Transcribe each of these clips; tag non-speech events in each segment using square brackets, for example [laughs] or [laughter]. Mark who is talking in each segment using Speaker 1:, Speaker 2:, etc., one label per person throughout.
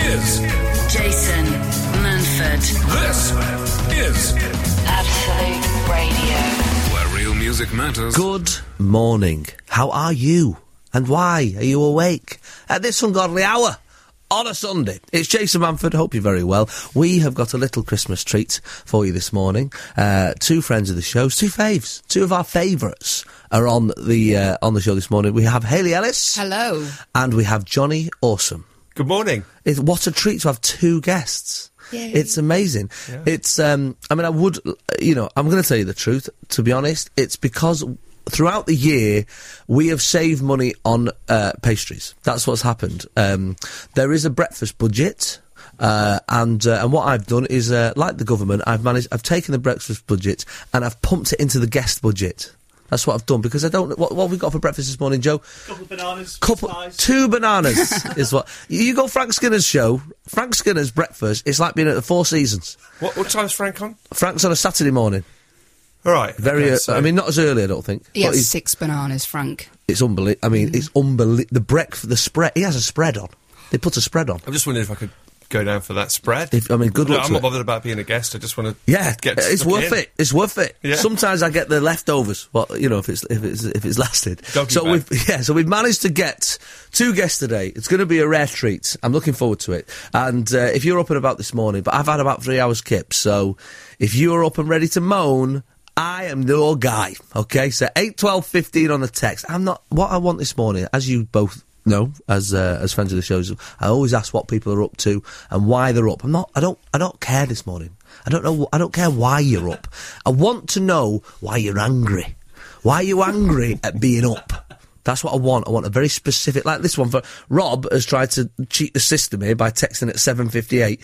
Speaker 1: is
Speaker 2: Jason Manford,
Speaker 1: this is
Speaker 2: Absolute Radio.
Speaker 1: where real music matters.
Speaker 3: Good morning. How are you? And why are you awake at this ungodly hour on a Sunday? It's Jason Manford. Hope you're very well. We have got a little Christmas treat for you this morning. Uh, two friends of the show's two faves, two of our favourites are on the uh, on the show this morning. We have Haley Ellis
Speaker 4: Hello.
Speaker 3: and we have Johnny Awesome.
Speaker 5: Good morning.
Speaker 3: It's what a treat to have two guests.
Speaker 4: Yay.
Speaker 3: It's amazing. It's um I mean I would you know, I'm going to tell you the truth to be honest, it's because throughout the year we have saved money on uh, pastries. That's what's happened. Um there is a breakfast budget. Uh, and uh, and what I've done is, uh, like the government, I've managed. I've taken the breakfast budget and I've pumped it into the guest budget. That's what I've done because I don't. What, what have we got for breakfast this morning, Joe?
Speaker 6: couple of bananas,
Speaker 3: couple two bananas [laughs] is what you go Frank Skinner's show. Frank Skinner's breakfast. It's like being at the Four Seasons.
Speaker 5: What, what time's Frank on?
Speaker 3: Frank's on a Saturday morning,
Speaker 5: All right.
Speaker 3: very.
Speaker 5: okay,
Speaker 3: ear-
Speaker 5: so-
Speaker 3: I mean, not as early, I don't think.
Speaker 4: He
Speaker 3: but
Speaker 4: has
Speaker 3: he's-
Speaker 4: six bananas, Frank.
Speaker 3: it's unbelievable. I mean, it's unbelievable. The breakfast, the spread. He has a spread on. They put a spread on.
Speaker 5: I'm just wondering if I could go down for that spread.
Speaker 3: If- I mean, good
Speaker 5: No,
Speaker 3: luck
Speaker 5: I'm
Speaker 3: to
Speaker 5: not
Speaker 3: it.
Speaker 5: bothered about being a guest. I just want to.
Speaker 3: Yeah,
Speaker 5: get
Speaker 3: it's
Speaker 5: stuck
Speaker 3: worth
Speaker 5: in.
Speaker 3: it. It's worth it.
Speaker 5: Yeah.
Speaker 3: Sometimes I get the leftovers. Well, you know, if it's if it's if it's lasted.
Speaker 5: Doggy
Speaker 3: so
Speaker 5: bag.
Speaker 3: we've [laughs] yeah, so we've managed to get two guests today. It's going to be a rare treat. I'm looking forward to it. And uh, if you're up and about this morning, but I've had about three hours kip. So if you're up and ready to moan. I am your guy. Okay, so eight, twelve, fifteen on the text. I'm not what I want this morning, as you both know, as uh, as friends of the shows. I always ask what people are up to and why they're up. I'm not. I don't. I don't care this morning. I don't know. wh- I don't care why you're up. I want to know why you're angry. Why are you angry at being up? That's what I want. I want a very specific, like this one. For Rob has tried to cheat the system here by texting at seven fifty-eight.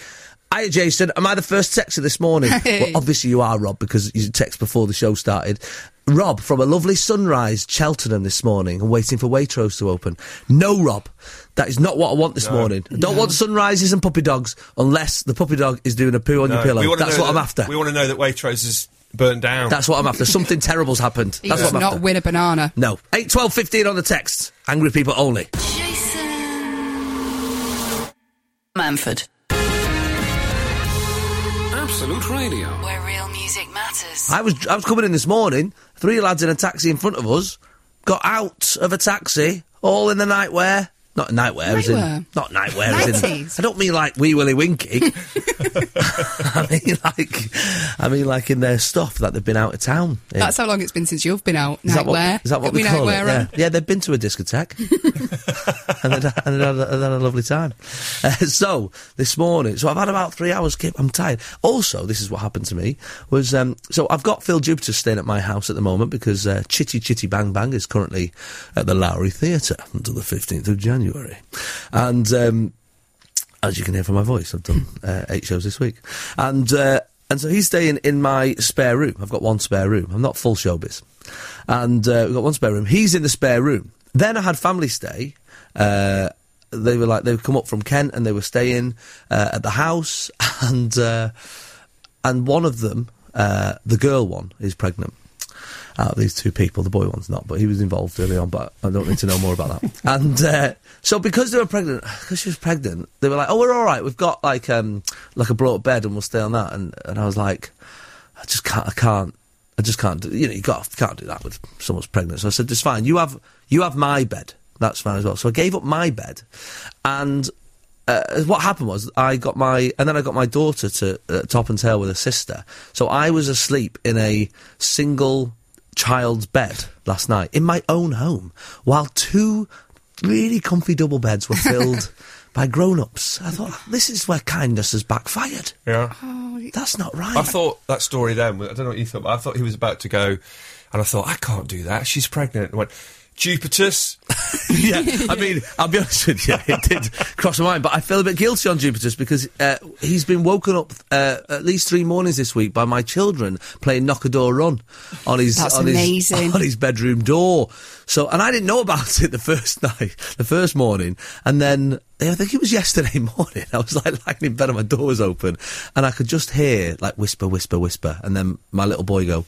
Speaker 3: Hiya, Jason. Am I the first texter this
Speaker 4: [laughs]
Speaker 3: morning? well, obviously you are, Rob, because you text before the show started. Rob from a lovely sunrise, Cheltenham this morning, and waiting for Waitrose to open. No, Rob, that is not what I want this morning. I don't want sunrises and puppy dogs unless the puppy dog is doing a poo on
Speaker 5: No,
Speaker 3: your pillow.
Speaker 5: uh, we wanna
Speaker 3: That's
Speaker 5: know
Speaker 3: what I'm
Speaker 5: that-
Speaker 3: after.
Speaker 5: We want to know that Waitrose is burned down.
Speaker 3: That's what I'm after. Something terrible's happened.
Speaker 4: He
Speaker 3: That's
Speaker 4: does
Speaker 3: what Hmm. I'm
Speaker 4: not
Speaker 3: after.
Speaker 4: win a banana.
Speaker 3: No. 8, 12, 15 on the text. Angry people only.
Speaker 2: Jason Manford,
Speaker 1: Absolute Radio.
Speaker 2: where real music matters.
Speaker 3: I was I was coming in this morning, three lads in a taxi in front of us, got out of a taxi, all in the nightwear. Not nightwear, as in
Speaker 4: Nightwear.
Speaker 3: not nightwear. as in,
Speaker 4: Nighties.
Speaker 3: I don't mean like wee willy winky.
Speaker 4: [laughs]
Speaker 3: [laughs] I mean like I mean like in their stuff that they've been out of town. in.
Speaker 4: That's how long it's been since you've been out.
Speaker 3: Is that what-
Speaker 4: Nightwear.
Speaker 3: Is that what
Speaker 4: Got
Speaker 3: we
Speaker 4: me
Speaker 3: call it?
Speaker 4: nightwear um,
Speaker 3: Yeah.
Speaker 4: on.
Speaker 3: yeah, they've been to a
Speaker 4: [laughs]
Speaker 3: discotheque and they'd, and they'd had, a, they'd had a lovely time. Uh, so this morning, so I've had about three hours. Kip, I'm tired. Also, this is what happened to me was um, so I've got Phil Jupiter staying at my house at the moment because uh, Chitty Chitty Bang Bang is currently at the Lowry Theatre until the 15th of January, and. Um, as you can hear from my voice, I've done uh, eight shows this week, and uh, and so he's staying in my spare room. I've got one spare room. I'm not full showbiz, and uh, we've got one spare room. He's in the spare room. Then I had family stay. Uh, they were like they've come up from Kent and they were staying uh, at the house, [laughs] and uh, and one of them, uh, the girl one, is pregnant. Out of these two people, the boy one's not, but he was involved early on. But I don't need to know more about that. and uh, so, because they were pregnant, [sighs] because she was pregnant, they were like, "Oh, we're all right. We've got like um, like a blow up bed, and we'll stay on that." And and I was like, "I just can't. I can't. I just can't. Do, you know, you got can't do that with someone's pregnant." So I said, "It's fine. You have you have my bed. That's fine as well." So I gave up my bed, and uh, what happened was I got my and then I got my daughter to uh, top and tail with her sister. So I was asleep in a single child's bed last night in my own home while two really comfy double beds were
Speaker 5: [laughs]
Speaker 3: filled by grown-ups. I thought this is where kindness has backfired.
Speaker 5: Yeah.
Speaker 3: Oh, That's not right.
Speaker 5: I thought that story then, I don't know what you thought, but I thought he was about to go, and I thought, I can't do that. She's pregnant. And went, Jupiter's.
Speaker 3: yeah, I mean, I'll be honest with you, it did cross my mind, but I feel a bit guilty on Jupiter's because uh, he's been woken up uh, at least three mornings this week by my children playing knock a door run on his
Speaker 4: That's
Speaker 3: on
Speaker 4: amazing.
Speaker 3: his on his bedroom door. So, and I didn't know about it the first [laughs] night, the first morning, and then yeah, I think it was yesterday [laughs] morning. I was like lying in bed and my door was open, and I could just hear like whisper, whisper, whisper, and then my little boy go.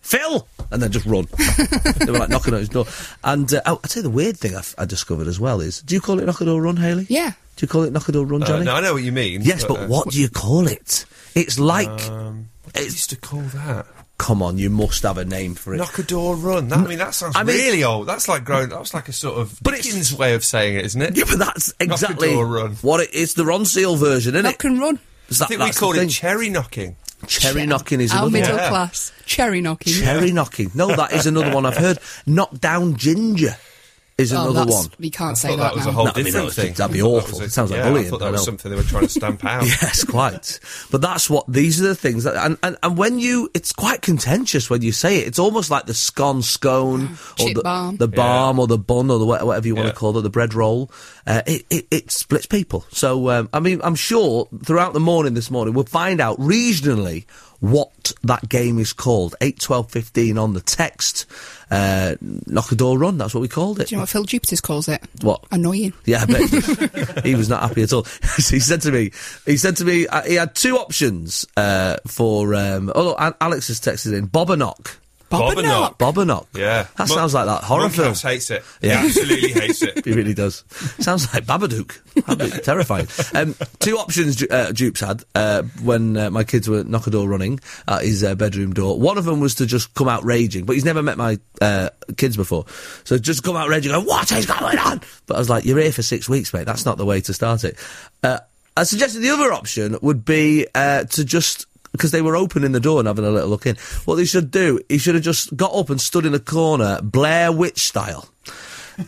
Speaker 3: Phil! And then just
Speaker 4: [laughs]
Speaker 3: run. they were like knocking on his door. And uh, oh, I'd say the weird thing I, f- I discovered as well is do you call it knock a door run, Haley?
Speaker 4: Yeah.
Speaker 3: Do you call it knockadoo run, [laughs]
Speaker 5: Uh,
Speaker 3: Johnny?
Speaker 5: no, I know what you mean.
Speaker 3: Yes, but
Speaker 5: uh,
Speaker 3: what do you call it? It's like,
Speaker 5: Um, what did you
Speaker 3: It's-
Speaker 5: used to call that?
Speaker 3: come on, you must have a name for it.
Speaker 5: Knock a door run. That, I mean, that sounds
Speaker 3: I mean-
Speaker 5: really old. That's like grown. That was like a sort of
Speaker 3: But
Speaker 5: but
Speaker 3: it's-
Speaker 5: Dickens way of saying it, isn't
Speaker 3: [laughs]
Speaker 5: it?
Speaker 3: yeah, but that's exactly
Speaker 5: door run.
Speaker 3: what it is. The Ron Seal version, isn't
Speaker 4: Knock
Speaker 3: it?
Speaker 4: and run.
Speaker 3: Is that-
Speaker 5: I think we
Speaker 3: that's the
Speaker 5: called it
Speaker 3: thing.
Speaker 5: cherry knocking.
Speaker 3: cherry knocking. Is
Speaker 4: Our
Speaker 3: another
Speaker 4: middle
Speaker 3: one.
Speaker 5: Yeah.
Speaker 4: class. Cherry knocking.
Speaker 3: Cherry knocking. No, that is another one I've heard. Knock down ginger is
Speaker 4: Oh,
Speaker 3: another
Speaker 4: that's-
Speaker 3: one.
Speaker 4: We can't
Speaker 5: I
Speaker 4: say
Speaker 5: thought
Speaker 4: that,
Speaker 5: that was
Speaker 4: now.
Speaker 5: a whole
Speaker 3: No, I mean,
Speaker 5: different
Speaker 3: that was-
Speaker 5: thing.
Speaker 3: that'd be
Speaker 5: I thought
Speaker 3: awful.
Speaker 5: that was
Speaker 3: It sounds like
Speaker 5: yeah,
Speaker 3: bullying,
Speaker 5: I thought
Speaker 3: I
Speaker 5: that was
Speaker 3: know.
Speaker 5: something they were trying
Speaker 3: [laughs]
Speaker 5: to stamp out.
Speaker 3: Yes, quite. but that's what these are the things that, and, and, and when you, it's quite contentious when you say it. It's almost like the scone,
Speaker 4: [sighs]
Speaker 3: scone, or
Speaker 4: Chip
Speaker 3: the
Speaker 4: balm.
Speaker 3: the balm, or the bun, or the wha- whatever you want
Speaker 5: Yeah.
Speaker 3: to call it, the bread roll. Uh, it, it it splits people. So um, I mean, I'm sure throughout the morning this morning we'll find out regionally what that game is called. Eight, twelve, fifteen on the text. Uh, knock a door run. That's what we called it.
Speaker 4: Do you know what Phil Jupiter calls it?
Speaker 3: What?
Speaker 4: Annoying.
Speaker 3: Yeah, I bet he did. he [laughs] was not happy at all. he said to me, he said to me, uh, he had two options uh, for. Um, oh, look, Al- Alex has texted in Bobanock.
Speaker 5: Bob and Knock.
Speaker 3: Bobanock.
Speaker 5: Yeah,
Speaker 3: that
Speaker 5: Mon-
Speaker 3: sounds like that horror film.
Speaker 5: Monkhouse hates it.
Speaker 3: Yeah.
Speaker 5: Yeah, he absolutely hates it.
Speaker 3: He really does. Sounds like Babadook. That'd be terrifying. Um, two options Ju- uh, Jupes had uh, when uh, my kids were knock a door running at his uh, bedroom door. One of them was to just come out raging, but he's never met my uh, kids before. So just come out raging, go, what is going on? But I was like, you're here for six weeks, mate. That's not the way to start it. Uh, I suggested the other option would be uh, to just because they were opening the door and having a little look in. What they should do, he should have just got up and stood in a corner, Blair Witch style,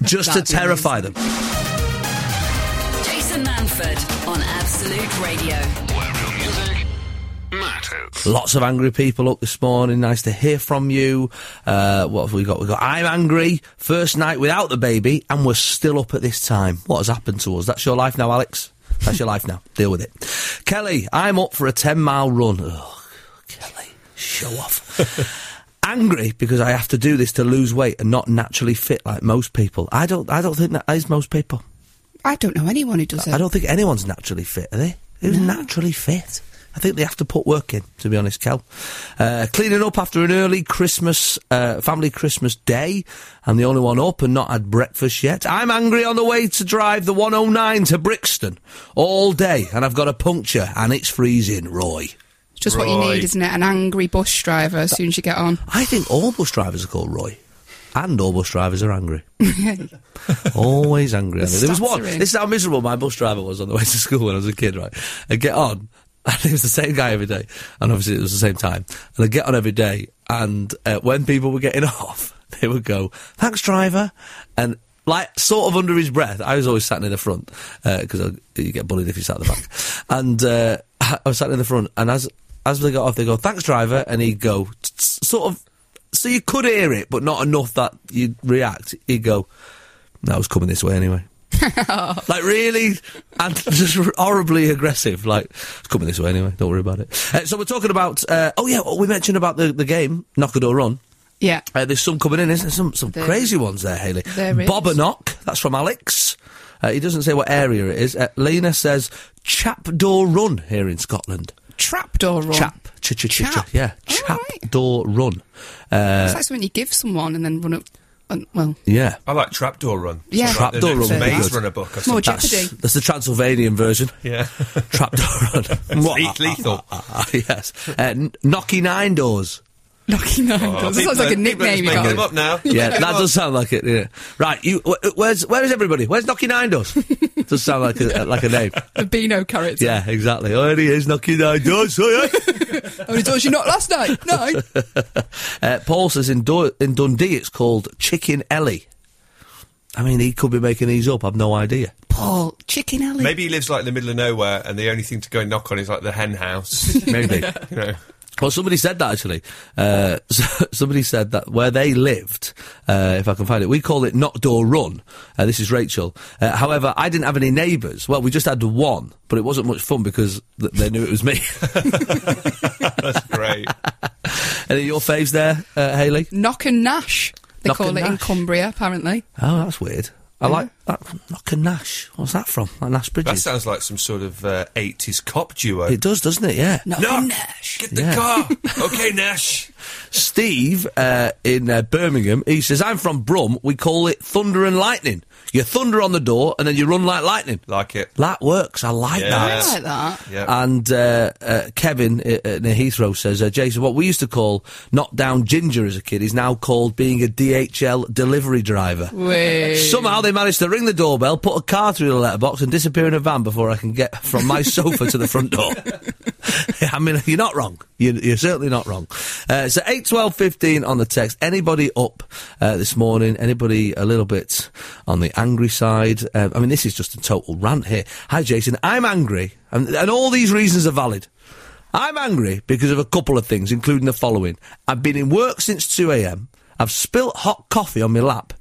Speaker 3: just to
Speaker 4: That'd be
Speaker 3: terrify them.
Speaker 2: Jason Manford on Absolute Radio.
Speaker 1: Where real music matters.
Speaker 3: Lots of angry people up this morning. Nice to hear from you. Uh, what have we got? We've got I'm angry. First night without the baby, and we're still up at this time. What has happened to us? That's your life now, Alex. That's your life now. Deal with it. Kelly, I'm up for a 10 mile run. Ugh, Kelly, show off. [laughs] angry because I have to do this to lose weight and not naturally fit like most people. I don't, I don't think that is most people.
Speaker 4: I don't know anyone who does it.
Speaker 3: I don't think anyone's naturally fit, are they? Who's naturally fit? I think they have to put work in, to be honest, Cal. Uh, cleaning up after an early Christmas, uh, family Christmas day. I'm the only one up and not had breakfast yet. I'm angry on the way to drive the 109 to Brixton all day, and I've got a puncture, and it's freezing, Roy.
Speaker 4: It's just what you
Speaker 5: Right.
Speaker 4: need, isn't it? An angry bus driver as soon as you get on.
Speaker 3: I think all bus drivers are called Roy. And all bus drivers are angry. Always angry. aren't they? there was one.
Speaker 4: stuttering.
Speaker 3: This is how miserable my bus driver was on the [laughs] way to school when I was a kid, right? I'd get on, [laughs] and it was the same guy every day. And obviously it was the same time. And I'd get on every day, and uh, when people were getting [laughs] off, they would go, thanks, driver. And like, sort of under his breath, I was always sat near the front, because you get bullied if you sat at the back. [laughs] and uh, [laughs] I was sat in the front, and as as they got off, they go, thanks, driver. And he'd go, "T- t- sort of, so you could hear it, but not enough that you'd react. He'd go, that was coming this way anyway. like really, and [laughs] just horribly aggressive. Like it's coming this way anyway. Don't worry about it. Uh, so we're talking about. Uh, oh yeah, we mentioned about the, the game knock a door run.
Speaker 4: Yeah.
Speaker 3: Uh, there's some coming in, isn't there? Some some
Speaker 4: There-
Speaker 3: crazy ones there, Haley.
Speaker 4: there is.
Speaker 3: Bob a knock. That's from Alex. Uh, he doesn't say what area it is. Uh, Lena says chap door run here in Scotland.
Speaker 4: Trapdoor run.
Speaker 3: Chap, ch ch ch ch.
Speaker 4: Chap.
Speaker 3: Yeah,
Speaker 4: All
Speaker 3: chap
Speaker 4: right.
Speaker 3: door run. Uh,
Speaker 4: It's like something you give someone and then run up. And, well, [laughs]
Speaker 3: yeah.
Speaker 5: I like trapdoor run.
Speaker 4: Yeah.
Speaker 5: It's like the
Speaker 3: Trapdoor
Speaker 5: next
Speaker 4: run would be
Speaker 5: Maze
Speaker 3: good.
Speaker 5: runner book. Or
Speaker 4: more
Speaker 5: something.
Speaker 4: jeopardy.
Speaker 3: That's the Transylvanian version. [laughs]
Speaker 4: [laughs]
Speaker 5: Yeah.
Speaker 3: Trapdoor run.
Speaker 5: It's lethal.
Speaker 3: [laughs] yes. Uh, kn- knocky nine doors.
Speaker 4: Knocking on
Speaker 5: Oh,
Speaker 4: doors. That
Speaker 5: people
Speaker 4: sounds like
Speaker 5: are-
Speaker 4: a
Speaker 5: people are
Speaker 4: nickname you
Speaker 5: just making them
Speaker 4: got.
Speaker 5: up now.
Speaker 3: [laughs] Yeah, that
Speaker 5: Come on.
Speaker 3: does sound like it. Yeah. Right, you. Wh- where's Where is everybody? Where's knocky nine doors? does sound like a, like a name.
Speaker 4: The Beano character.
Speaker 3: Yeah, exactly. Oh, there he is, knocky nine doors. Oh, yeah. [laughs]
Speaker 4: How many doors you knocked last night? No.
Speaker 3: uh, Paul says in, Dun in Dundee it's called Chicken Ellie. I mean, he could be making these up. I've no idea.
Speaker 4: Paul, chicken alley.
Speaker 5: Maybe he lives like in the middle of nowhere, and the only thing to go and knock on is like the hen house. [laughs]
Speaker 3: Maybe.
Speaker 5: you know.
Speaker 3: Well, somebody said that actually. Uh, [laughs] so- somebody said that where they lived, uh, if I can find it, we call it knock door run. Uh, this is Rachel. Uh, however, I didn't have any neighbours. Well, we just had one, but it wasn't much fun because th- they knew it was me. [laughs]
Speaker 5: That's great.
Speaker 3: any of your faves there, uh, Haley?
Speaker 4: Knock and Nash. They
Speaker 3: Knock
Speaker 4: call it
Speaker 3: and
Speaker 4: in
Speaker 3: Nash.
Speaker 4: Cumbria, apparently.
Speaker 3: Oh, that's weird. I like that. Knock and Nash. What's that from? Like Nash
Speaker 5: That
Speaker 3: Bridges.
Speaker 5: sounds like some sort of uh, 80s cop duo.
Speaker 3: it does, doesn't it? Yeah.
Speaker 4: Knock
Speaker 5: Knock.
Speaker 4: and Nash.
Speaker 5: Get the
Speaker 3: Yeah.
Speaker 5: car. okay, Nash.
Speaker 3: Steve uh, in uh, Birmingham, he says, I'm from Brum. We call it thunder and lightning. You thunder on the door and then you run like lightning. [laughs]
Speaker 5: Like it.
Speaker 3: That works. I like
Speaker 5: Yeah.
Speaker 3: that.
Speaker 4: I like that.
Speaker 5: Yeah.
Speaker 3: And uh, uh, Kevin uh, uh, near Heathrow says, uh, Jason, what we used to call knock down ginger as a kid is now called being a DHL delivery driver.
Speaker 4: Hmm. Wait.
Speaker 3: Somehow they managed to ring the doorbell, put a car through the letterbox, and disappear in a van before I can get from my sofa to the front door. [laughs] I mean, you're not wrong. You're, you're certainly not wrong. Uh, so eight twelve fifteen on the text. Anybody up uh, this morning? Anybody a little bit on the angry side? Um, I mean, this is just a total rant here. Hi, Jason. I'm angry, and, and all these reasons are valid. I'm angry because of a couple of things, including the following. I've been in work since 2 a.m. I've spilt hot coffee on my lap.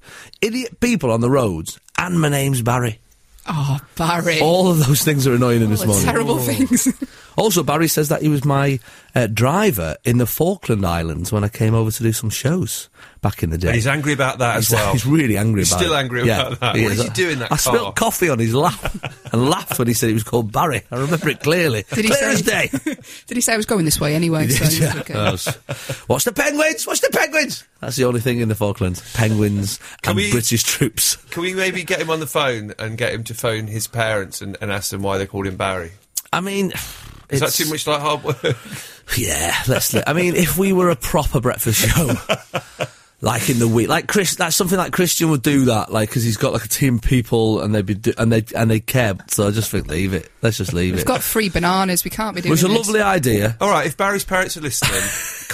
Speaker 3: Idiot people on the roads. And my name's Barry.
Speaker 4: Oh, Barry.
Speaker 3: All of those things are annoying him this morning.
Speaker 4: Oh, terrible things.
Speaker 3: [laughs] Also, Barry says that he was my uh, driver in the Falkland Islands when I came over to do some shows back in the day.
Speaker 5: And he's angry about that as
Speaker 3: He's- uh,
Speaker 5: well.
Speaker 3: He's really angry
Speaker 5: He's
Speaker 3: about
Speaker 5: still
Speaker 3: it.
Speaker 5: angry about that.
Speaker 3: he
Speaker 5: What
Speaker 3: is.
Speaker 5: did you do in
Speaker 3: I
Speaker 5: that car?
Speaker 3: spilled coffee on his lap [laughs] and laughed when he said he was called Barry. I remember it clearly.
Speaker 4: Did he
Speaker 3: Clear
Speaker 4: say-
Speaker 3: as
Speaker 4: [laughs]
Speaker 3: day.
Speaker 4: Did he say I was going this way anyway? so
Speaker 3: [laughs] Yeah.
Speaker 4: it's okay.
Speaker 3: What's the penguins? What's the penguins? That's the only thing in the Falklands. Penguins and
Speaker 5: we-
Speaker 3: British troops.
Speaker 5: Can we maybe get him on the phone and get him to phone his parents and, and ask them why they called him Barry?
Speaker 3: I mean, it's-
Speaker 5: Is that too much like hard
Speaker 3: [laughs]
Speaker 5: work?
Speaker 3: Yeah, let's. Li- I mean, if we were a proper breakfast show, [laughs] like in the week, like Chris, that's something like Christian would do that, like because he's got like a team of people and they'd be do- and they and they care. So I just think leave it. Let's just leave
Speaker 4: We've
Speaker 3: it.
Speaker 4: got three bananas. We can't be
Speaker 3: It
Speaker 4: doing
Speaker 3: was a
Speaker 4: this.
Speaker 3: lovely idea.
Speaker 5: All right, if Barry's parents are listening,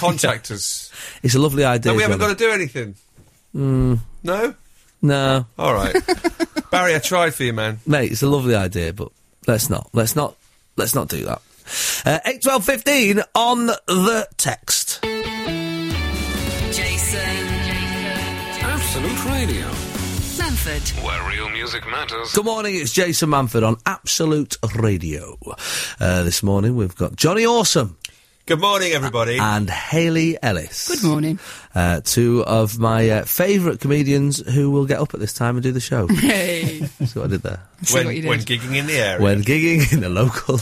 Speaker 3: [laughs]
Speaker 5: [laughs] contact us.
Speaker 3: It's a lovely idea.
Speaker 5: No, we haven't
Speaker 3: Johnny.
Speaker 5: got to do anything.
Speaker 3: Hmm.
Speaker 5: No?
Speaker 3: no,
Speaker 5: All
Speaker 3: [laughs]
Speaker 5: right. Barry, I tried for you, man.
Speaker 3: mate, it's a lovely idea, but let's not, let's not, let's not do that. Uh, Eight twelve fifteen on the text.
Speaker 2: Jason.
Speaker 1: Absolute Radio,
Speaker 2: Manford.
Speaker 1: where real music matters.
Speaker 3: Good morning, it's Jason Manford on Absolute Radio. Uh, this morning we've got Johnny Awesome
Speaker 5: Good morning, everybody.
Speaker 3: and Haley Ellis.
Speaker 4: Good
Speaker 3: [laughs]
Speaker 4: morning.
Speaker 3: Uh, two of my uh, favourite comedians who will get up at this time and do the
Speaker 4: [laughs]
Speaker 3: show.
Speaker 4: Hey.
Speaker 3: See what I did there?
Speaker 4: See
Speaker 5: when,
Speaker 4: what you did.
Speaker 5: when gigging in the air.
Speaker 3: When gigging in the local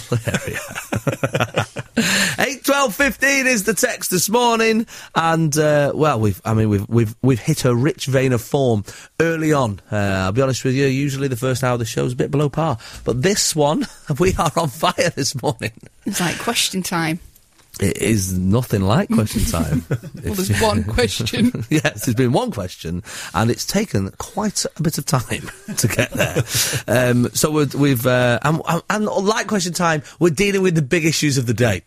Speaker 3: [laughs] area. 8, 12, 15 is the text this morning. And, uh, well, we've, I mean, we've, we've, we've hit a rich vein of form early on. Uh, I'll be honest with you, usually the first hour of the show is a bit below par. But this one, [laughs] we are on fire this morning.
Speaker 4: It's like question time.
Speaker 3: It is nothing like question [laughs] time.
Speaker 4: Well, there's
Speaker 3: [laughs]
Speaker 4: one question.
Speaker 3: yes, there's been one question, and it's taken quite a bit of time [laughs] to get there. um, so we're, we've, uh, and, and- and like question time, we're dealing with the big issues of the day.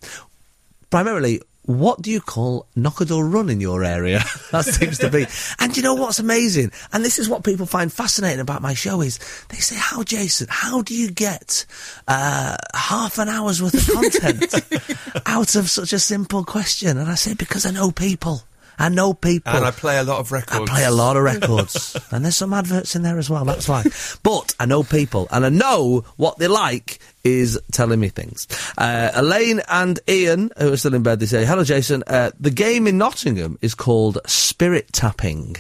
Speaker 3: Primarily, what do you call knock a door run in your area? [laughs] that seems to be. And you know what's amazing? And this is what people find fascinating about my show is they say, "How, Jason? How do you get uh, half an hour's worth of content
Speaker 5: [laughs]
Speaker 3: out of such a simple question?" And I say, "Because I know people." I know people.
Speaker 5: And I play a lot of records.
Speaker 3: oh. I play a lot of records. [laughs] and there's some adverts in there as well, that's why. But I know people, and I know what they like is telling me things. Uh, Elaine and Ian, who are still in bed, they say, Hello, Jason. Uh, the game in Nottingham is called Spirit Tapping.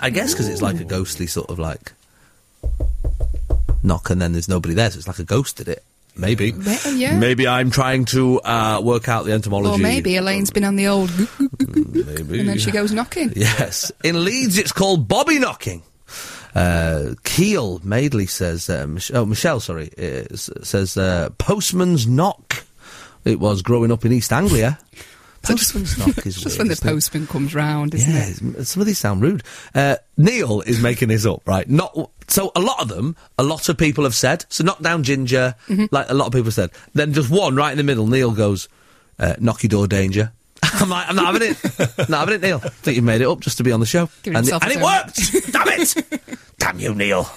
Speaker 3: I guess because it's like a ghostly sort of like knock, and then there's nobody there, so it's like a ghost did it. Maybe.
Speaker 4: Well, yeah.
Speaker 3: Maybe I'm trying to uh, work out the entomology.
Speaker 4: Or maybe Elaine's been on the old,
Speaker 3: Maybe.
Speaker 4: and then she goes knocking.
Speaker 3: Yes. In Leeds, it's called Bobby Knocking. Uh, Keel Madeley says, uh, Mich- oh, Michelle, sorry, uh, s- says, uh, Postman's Knock. It was growing up in East Anglia.
Speaker 4: So just-
Speaker 3: Postman's Knock is
Speaker 4: Just
Speaker 3: weird,
Speaker 4: when the
Speaker 3: isn't it?
Speaker 4: postman comes round, isn't
Speaker 3: Yeah,
Speaker 4: it?
Speaker 3: it's- some of these sound rude. Uh, Neil is making his up, right? Not so a lot of them. A lot of people have said so. Knock down ginger,
Speaker 4: Mm-hmm.
Speaker 3: like a lot of people said. Then just one right in the middle. Neil goes, uh, "Knock your door, danger." [laughs] I'm like, I'm not having it. not having it, Neil. I think you made it up just to be on the show,
Speaker 4: Giving
Speaker 3: and,
Speaker 4: himself
Speaker 3: and
Speaker 4: his
Speaker 3: it
Speaker 4: own-
Speaker 3: worked. Damn it!
Speaker 4: [laughs]
Speaker 3: Damn you, Neil.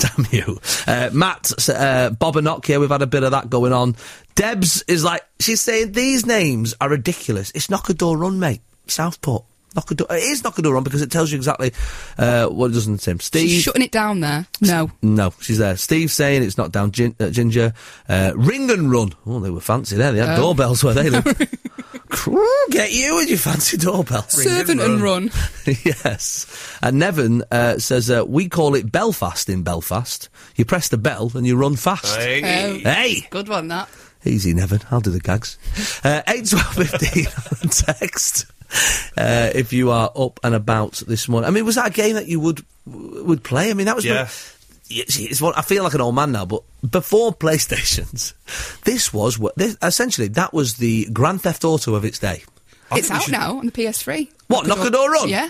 Speaker 3: Damn you. Uh, Matt, s- uh, Bob and Nokia, we've had a bit of that going on. Debs is like, she's saying these names are ridiculous. It's Knockador Run, mate. Southport. Knockador. It is Knockador Run because it tells you exactly uh, what it does in the Tim. Steve.
Speaker 4: She's shutting it down there. No.
Speaker 3: no, she's there. Steve saying it's not down gin- uh, Ginger. Uh, ring and Run. Oh, they were fancy there. They had
Speaker 4: Oh.
Speaker 3: doorbells where they
Speaker 4: [laughs]
Speaker 3: live. Get you with your fancy doorbells
Speaker 4: Servant and run.
Speaker 3: [laughs] yes. And Nevin uh, says, uh, we call it Belfast in Belfast. You press the bell and you run fast.
Speaker 5: Hey.
Speaker 4: Oh,
Speaker 3: Hey!
Speaker 4: Good one, that.
Speaker 3: [laughs] Easy, Nevin. I'll do the gags. Uh, 8, 12, 15 on text. uh, if you are up and about this morning. I mean, was that a game that you would would play? I mean, that was
Speaker 5: Yeah.
Speaker 3: Yeah, see, It's what I feel like an old man now, but before PlayStations, [laughs] this was what this, essentially that was the Grand Theft Auto of its day.
Speaker 5: I
Speaker 4: it's
Speaker 5: think we
Speaker 4: out
Speaker 5: should-
Speaker 4: now on the PS3.
Speaker 3: What, Knock the Door Run?
Speaker 4: Yeah.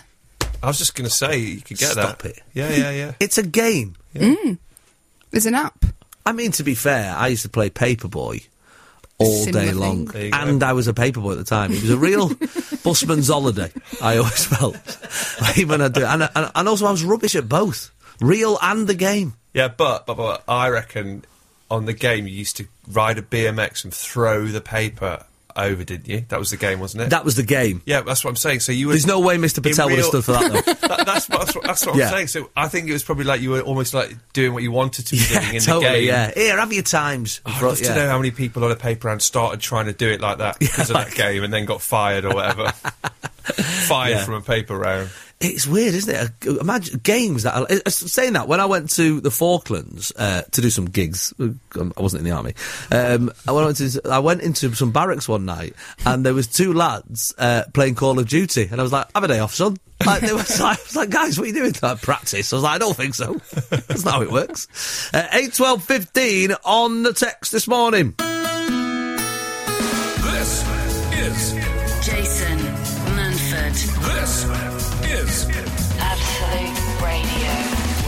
Speaker 5: I was just going to say you could get
Speaker 3: Stop
Speaker 5: that.
Speaker 3: it.
Speaker 5: Yeah,
Speaker 3: [laughs]
Speaker 5: yeah, yeah.
Speaker 3: It's a game.
Speaker 4: There's an app.
Speaker 3: I mean, to be fair, I used to play Paperboy all
Speaker 4: Similar
Speaker 3: day
Speaker 4: thing.
Speaker 3: long,
Speaker 5: There you go.
Speaker 3: and I was a paperboy at the time. It was a real
Speaker 5: [laughs]
Speaker 3: busman's holiday. I always felt [laughs] when I do, and, and and also I was rubbish at both, real and the game.
Speaker 5: Yeah, but, but but I reckon on the game you used to ride a BMX and throw the paper over, didn't you? That was the game, wasn't it?
Speaker 3: That was the game.
Speaker 5: yeah, that's what I'm saying. So you were
Speaker 3: There's no way Mr.
Speaker 5: in
Speaker 3: Patel would have
Speaker 5: real-
Speaker 3: stood for that. Though.
Speaker 5: [laughs] That- that's what, that's what, that's what
Speaker 3: Yeah.
Speaker 5: I'm saying. So I think it was probably like you were almost like doing what you wanted to be doing in
Speaker 3: totally.
Speaker 5: the game.
Speaker 3: Yeah, here have your times.
Speaker 5: I'd
Speaker 3: Bro-
Speaker 5: love
Speaker 3: yeah.
Speaker 5: to know how many people on a paper round started trying to do it
Speaker 3: [laughs]
Speaker 5: like that because of that game and then got fired or whatever. fired
Speaker 3: Yeah.
Speaker 5: from a paper round.
Speaker 3: It's weird, isn't it? Uh, Imagine games that. Are, uh, saying that, when I went to the Falklands uh, to do some gigs, uh, um, I wasn't in the army. Um, I, went into, I went into some barracks one night, and there was two lads uh, playing Call of Duty, and I was like, "Have a day off, son." [laughs] Like, they was like, I was like, "Guys, what are you doing?" They're Like, Practice. I was like, "I don't think so. [laughs] That's not how it works." Uh, Eight, twelve, fifteen on the text this morning.
Speaker 1: This is
Speaker 2: Jason Manford,
Speaker 1: this is
Speaker 2: Absolute Radio.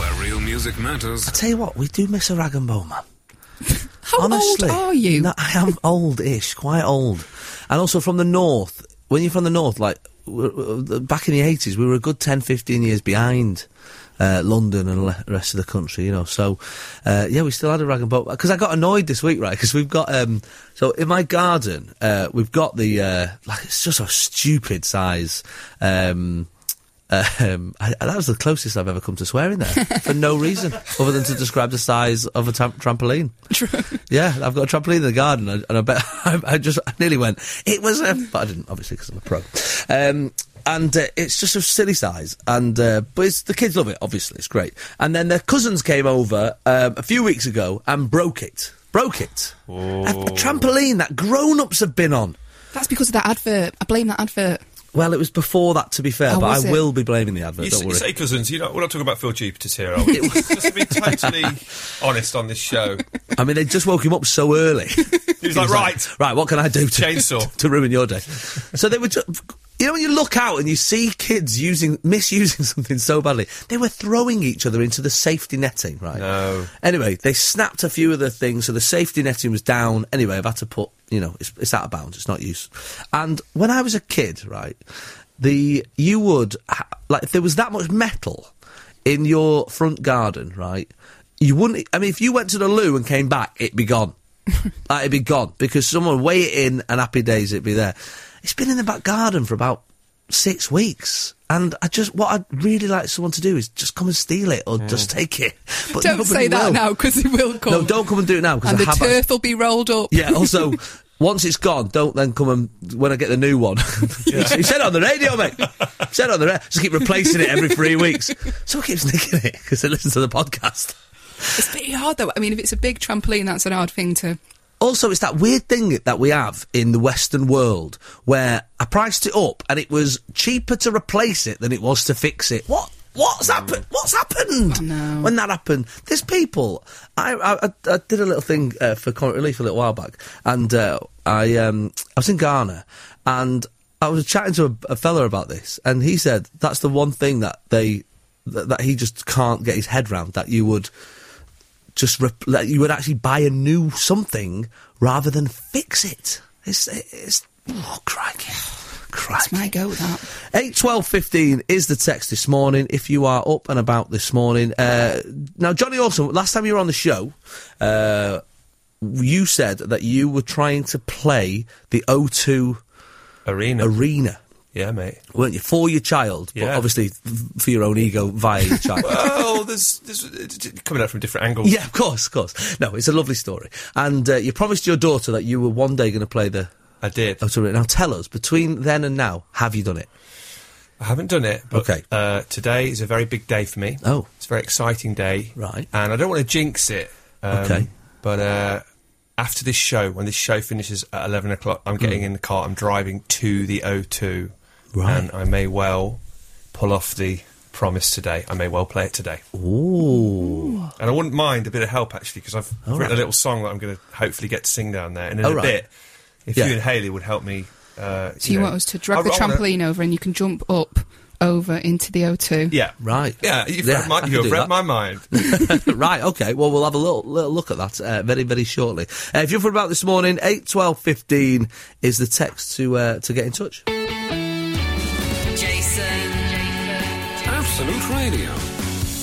Speaker 1: where real music matters.
Speaker 3: Tell you what, we do miss a rag and bone man.
Speaker 4: [laughs] How
Speaker 3: Honestly,
Speaker 4: old are you?
Speaker 3: No, I
Speaker 4: [laughs]
Speaker 3: am old-ish, quite old, and also from the north. When you're from the north, like w- w- back in the eighties, we were a good 10, 15 years behind uh, London and le- the rest of the country, you know. So uh, yeah, we still had a rag and bone because I got annoyed this week, right? Because we've got um, so in my garden uh, we've got the uh, like it's just a stupid size. Um, um, I, I- that was the closest I've ever come to swearing
Speaker 4: [laughs]
Speaker 3: there for no reason other than to describe the size of a tam- trampoline. Yeah, I've got a trampoline in the garden, and, and I bet [laughs] I, I just I nearly went. It was a, but I didn't obviously because I'm a pro. Um, and uh, it's just a silly size, and uh, but it's, the kids love it. Obviously, it's great. And then their cousins came over um, a few weeks ago and broke it. Broke it. A-
Speaker 5: Oh.
Speaker 3: a trampoline that grown-ups have been on.
Speaker 4: That's because of that advert. I blame that advert.
Speaker 3: Well, it was before that, to be fair,
Speaker 4: Oh,
Speaker 3: but
Speaker 4: was
Speaker 3: I
Speaker 4: it?
Speaker 3: will be blaming the advert.
Speaker 5: You,
Speaker 3: don't
Speaker 5: s- you
Speaker 3: worry.
Speaker 5: say cousins, you know, we're not talking about Phil Jupiter's here, are
Speaker 3: [laughs]
Speaker 5: we? Just to be totally honest on this show.
Speaker 3: I mean, they just woke him up so
Speaker 5: [laughs]
Speaker 3: early. he was,
Speaker 5: like,
Speaker 3: right, what can I do to,
Speaker 5: Chainsaw.
Speaker 3: [laughs] to ruin your day? So they were just, you know, when you look out and you see kids using, misusing [laughs] something so badly, they were throwing each other into the safety netting, right?
Speaker 5: No.
Speaker 3: Anyway, they snapped a few of the things, so the safety netting was down. Anyway, I've had to put, you know, it's, it's out of bounds, it's not use. And when I was a kid, right, the, you would, ha- like, if there was that much metal in your front garden, right, you wouldn't, I mean, if you went to the loo and came back, it'd be
Speaker 4: [laughs]
Speaker 3: gone. like, it'd be gone because someone weigh it in and happy days it'd be there. It's been in the back garden for about six weeks. And I just, what I'd really like someone to do is just come and steal it or just take it. [laughs] But
Speaker 4: Don't
Speaker 3: nobody
Speaker 4: say that
Speaker 3: will.
Speaker 4: now because it will come.
Speaker 3: No, don't come and do it now because
Speaker 4: And
Speaker 3: I
Speaker 4: the
Speaker 3: have.
Speaker 4: turf will be rolled up.
Speaker 3: yeah. Also, once it's gone, don't then come and when I get the new one. [laughs] he said it on the radio, mate. He said it on the radio. Just keep replacing it every three weeks. So I keep nicking it because they listen to the podcast.
Speaker 4: It's pretty hard though. I mean, if it's a big trampoline, that's an hard thing to.
Speaker 3: Also, it's that weird thing that we have in the Western world where I priced it up and it was cheaper to replace it than it was to fix it. What? What's happened? What's happened?
Speaker 4: No.
Speaker 3: When that happened, there's people. I I, I- I did a little thing uh, for Comic Relief a little while back, and uh, I um I was in Ghana, and I was chatting to a, a fella about this, and he said that's the one thing that they that, that he just can't get his head round that you would just rep- like you would actually buy a new something rather than fix it. It's it's oh crikey,
Speaker 4: That's my
Speaker 3: crikey.
Speaker 4: go with that.
Speaker 3: Eight twelve fifteen is the text this morning. If you are up and about this morning, uh, now Johnny Olsen, last time you were on the show, uh, you said that you were trying to play the O2
Speaker 5: Arena.
Speaker 3: arena.
Speaker 5: yeah, mate.
Speaker 3: Weren't you for your child, but
Speaker 5: Yeah.
Speaker 3: obviously f- for your own ego via your child?
Speaker 5: Oh, there's, there's it's coming out from different angles.
Speaker 3: Yeah, of course, of course. No, it's a lovely story. And uh, you promised your daughter that you were one day going to play the
Speaker 5: I did.
Speaker 3: Autorino. Now tell us, between then and now, have you done it?
Speaker 5: I haven't done it, but
Speaker 3: Okay.
Speaker 5: uh, today is a very big day for me.
Speaker 3: Oh.
Speaker 5: It's a very exciting day.
Speaker 3: Right.
Speaker 5: And I don't want to jinx it. um,
Speaker 3: Okay.
Speaker 5: But uh, after this show, when this show finishes at 11 o'clock, I'm getting in the car, I'm driving to the O2
Speaker 3: Hmm. Right.
Speaker 5: and I may well pull off the promise today. I may well play it today,
Speaker 3: Ooh.
Speaker 5: and I wouldn't mind a bit of help actually because I've
Speaker 3: All
Speaker 5: written
Speaker 3: right.
Speaker 5: a little song that I'm going to hopefully get to sing down there. And in
Speaker 3: All
Speaker 5: a
Speaker 3: right.
Speaker 5: bit, if
Speaker 3: Yeah.
Speaker 5: you and Haley would help me. Uh,
Speaker 4: So you
Speaker 5: know-
Speaker 4: want us to drag
Speaker 5: I-
Speaker 4: the
Speaker 5: I wanna-
Speaker 4: trampoline over and you can jump up over into the O2?
Speaker 5: Yeah.
Speaker 3: Right.
Speaker 5: Yeah, you've
Speaker 3: Yeah,
Speaker 5: read, my,
Speaker 3: I can
Speaker 5: you've
Speaker 3: do
Speaker 5: read
Speaker 3: that. [laughs]
Speaker 5: my mind.
Speaker 3: right, okay. Well, we'll have a little, little look at that uh, very, very shortly. Uh, if you're up about this morning, 8, 12, 15 is the text to uh, to get in touch.
Speaker 2: Jason.
Speaker 1: Absolute Radio,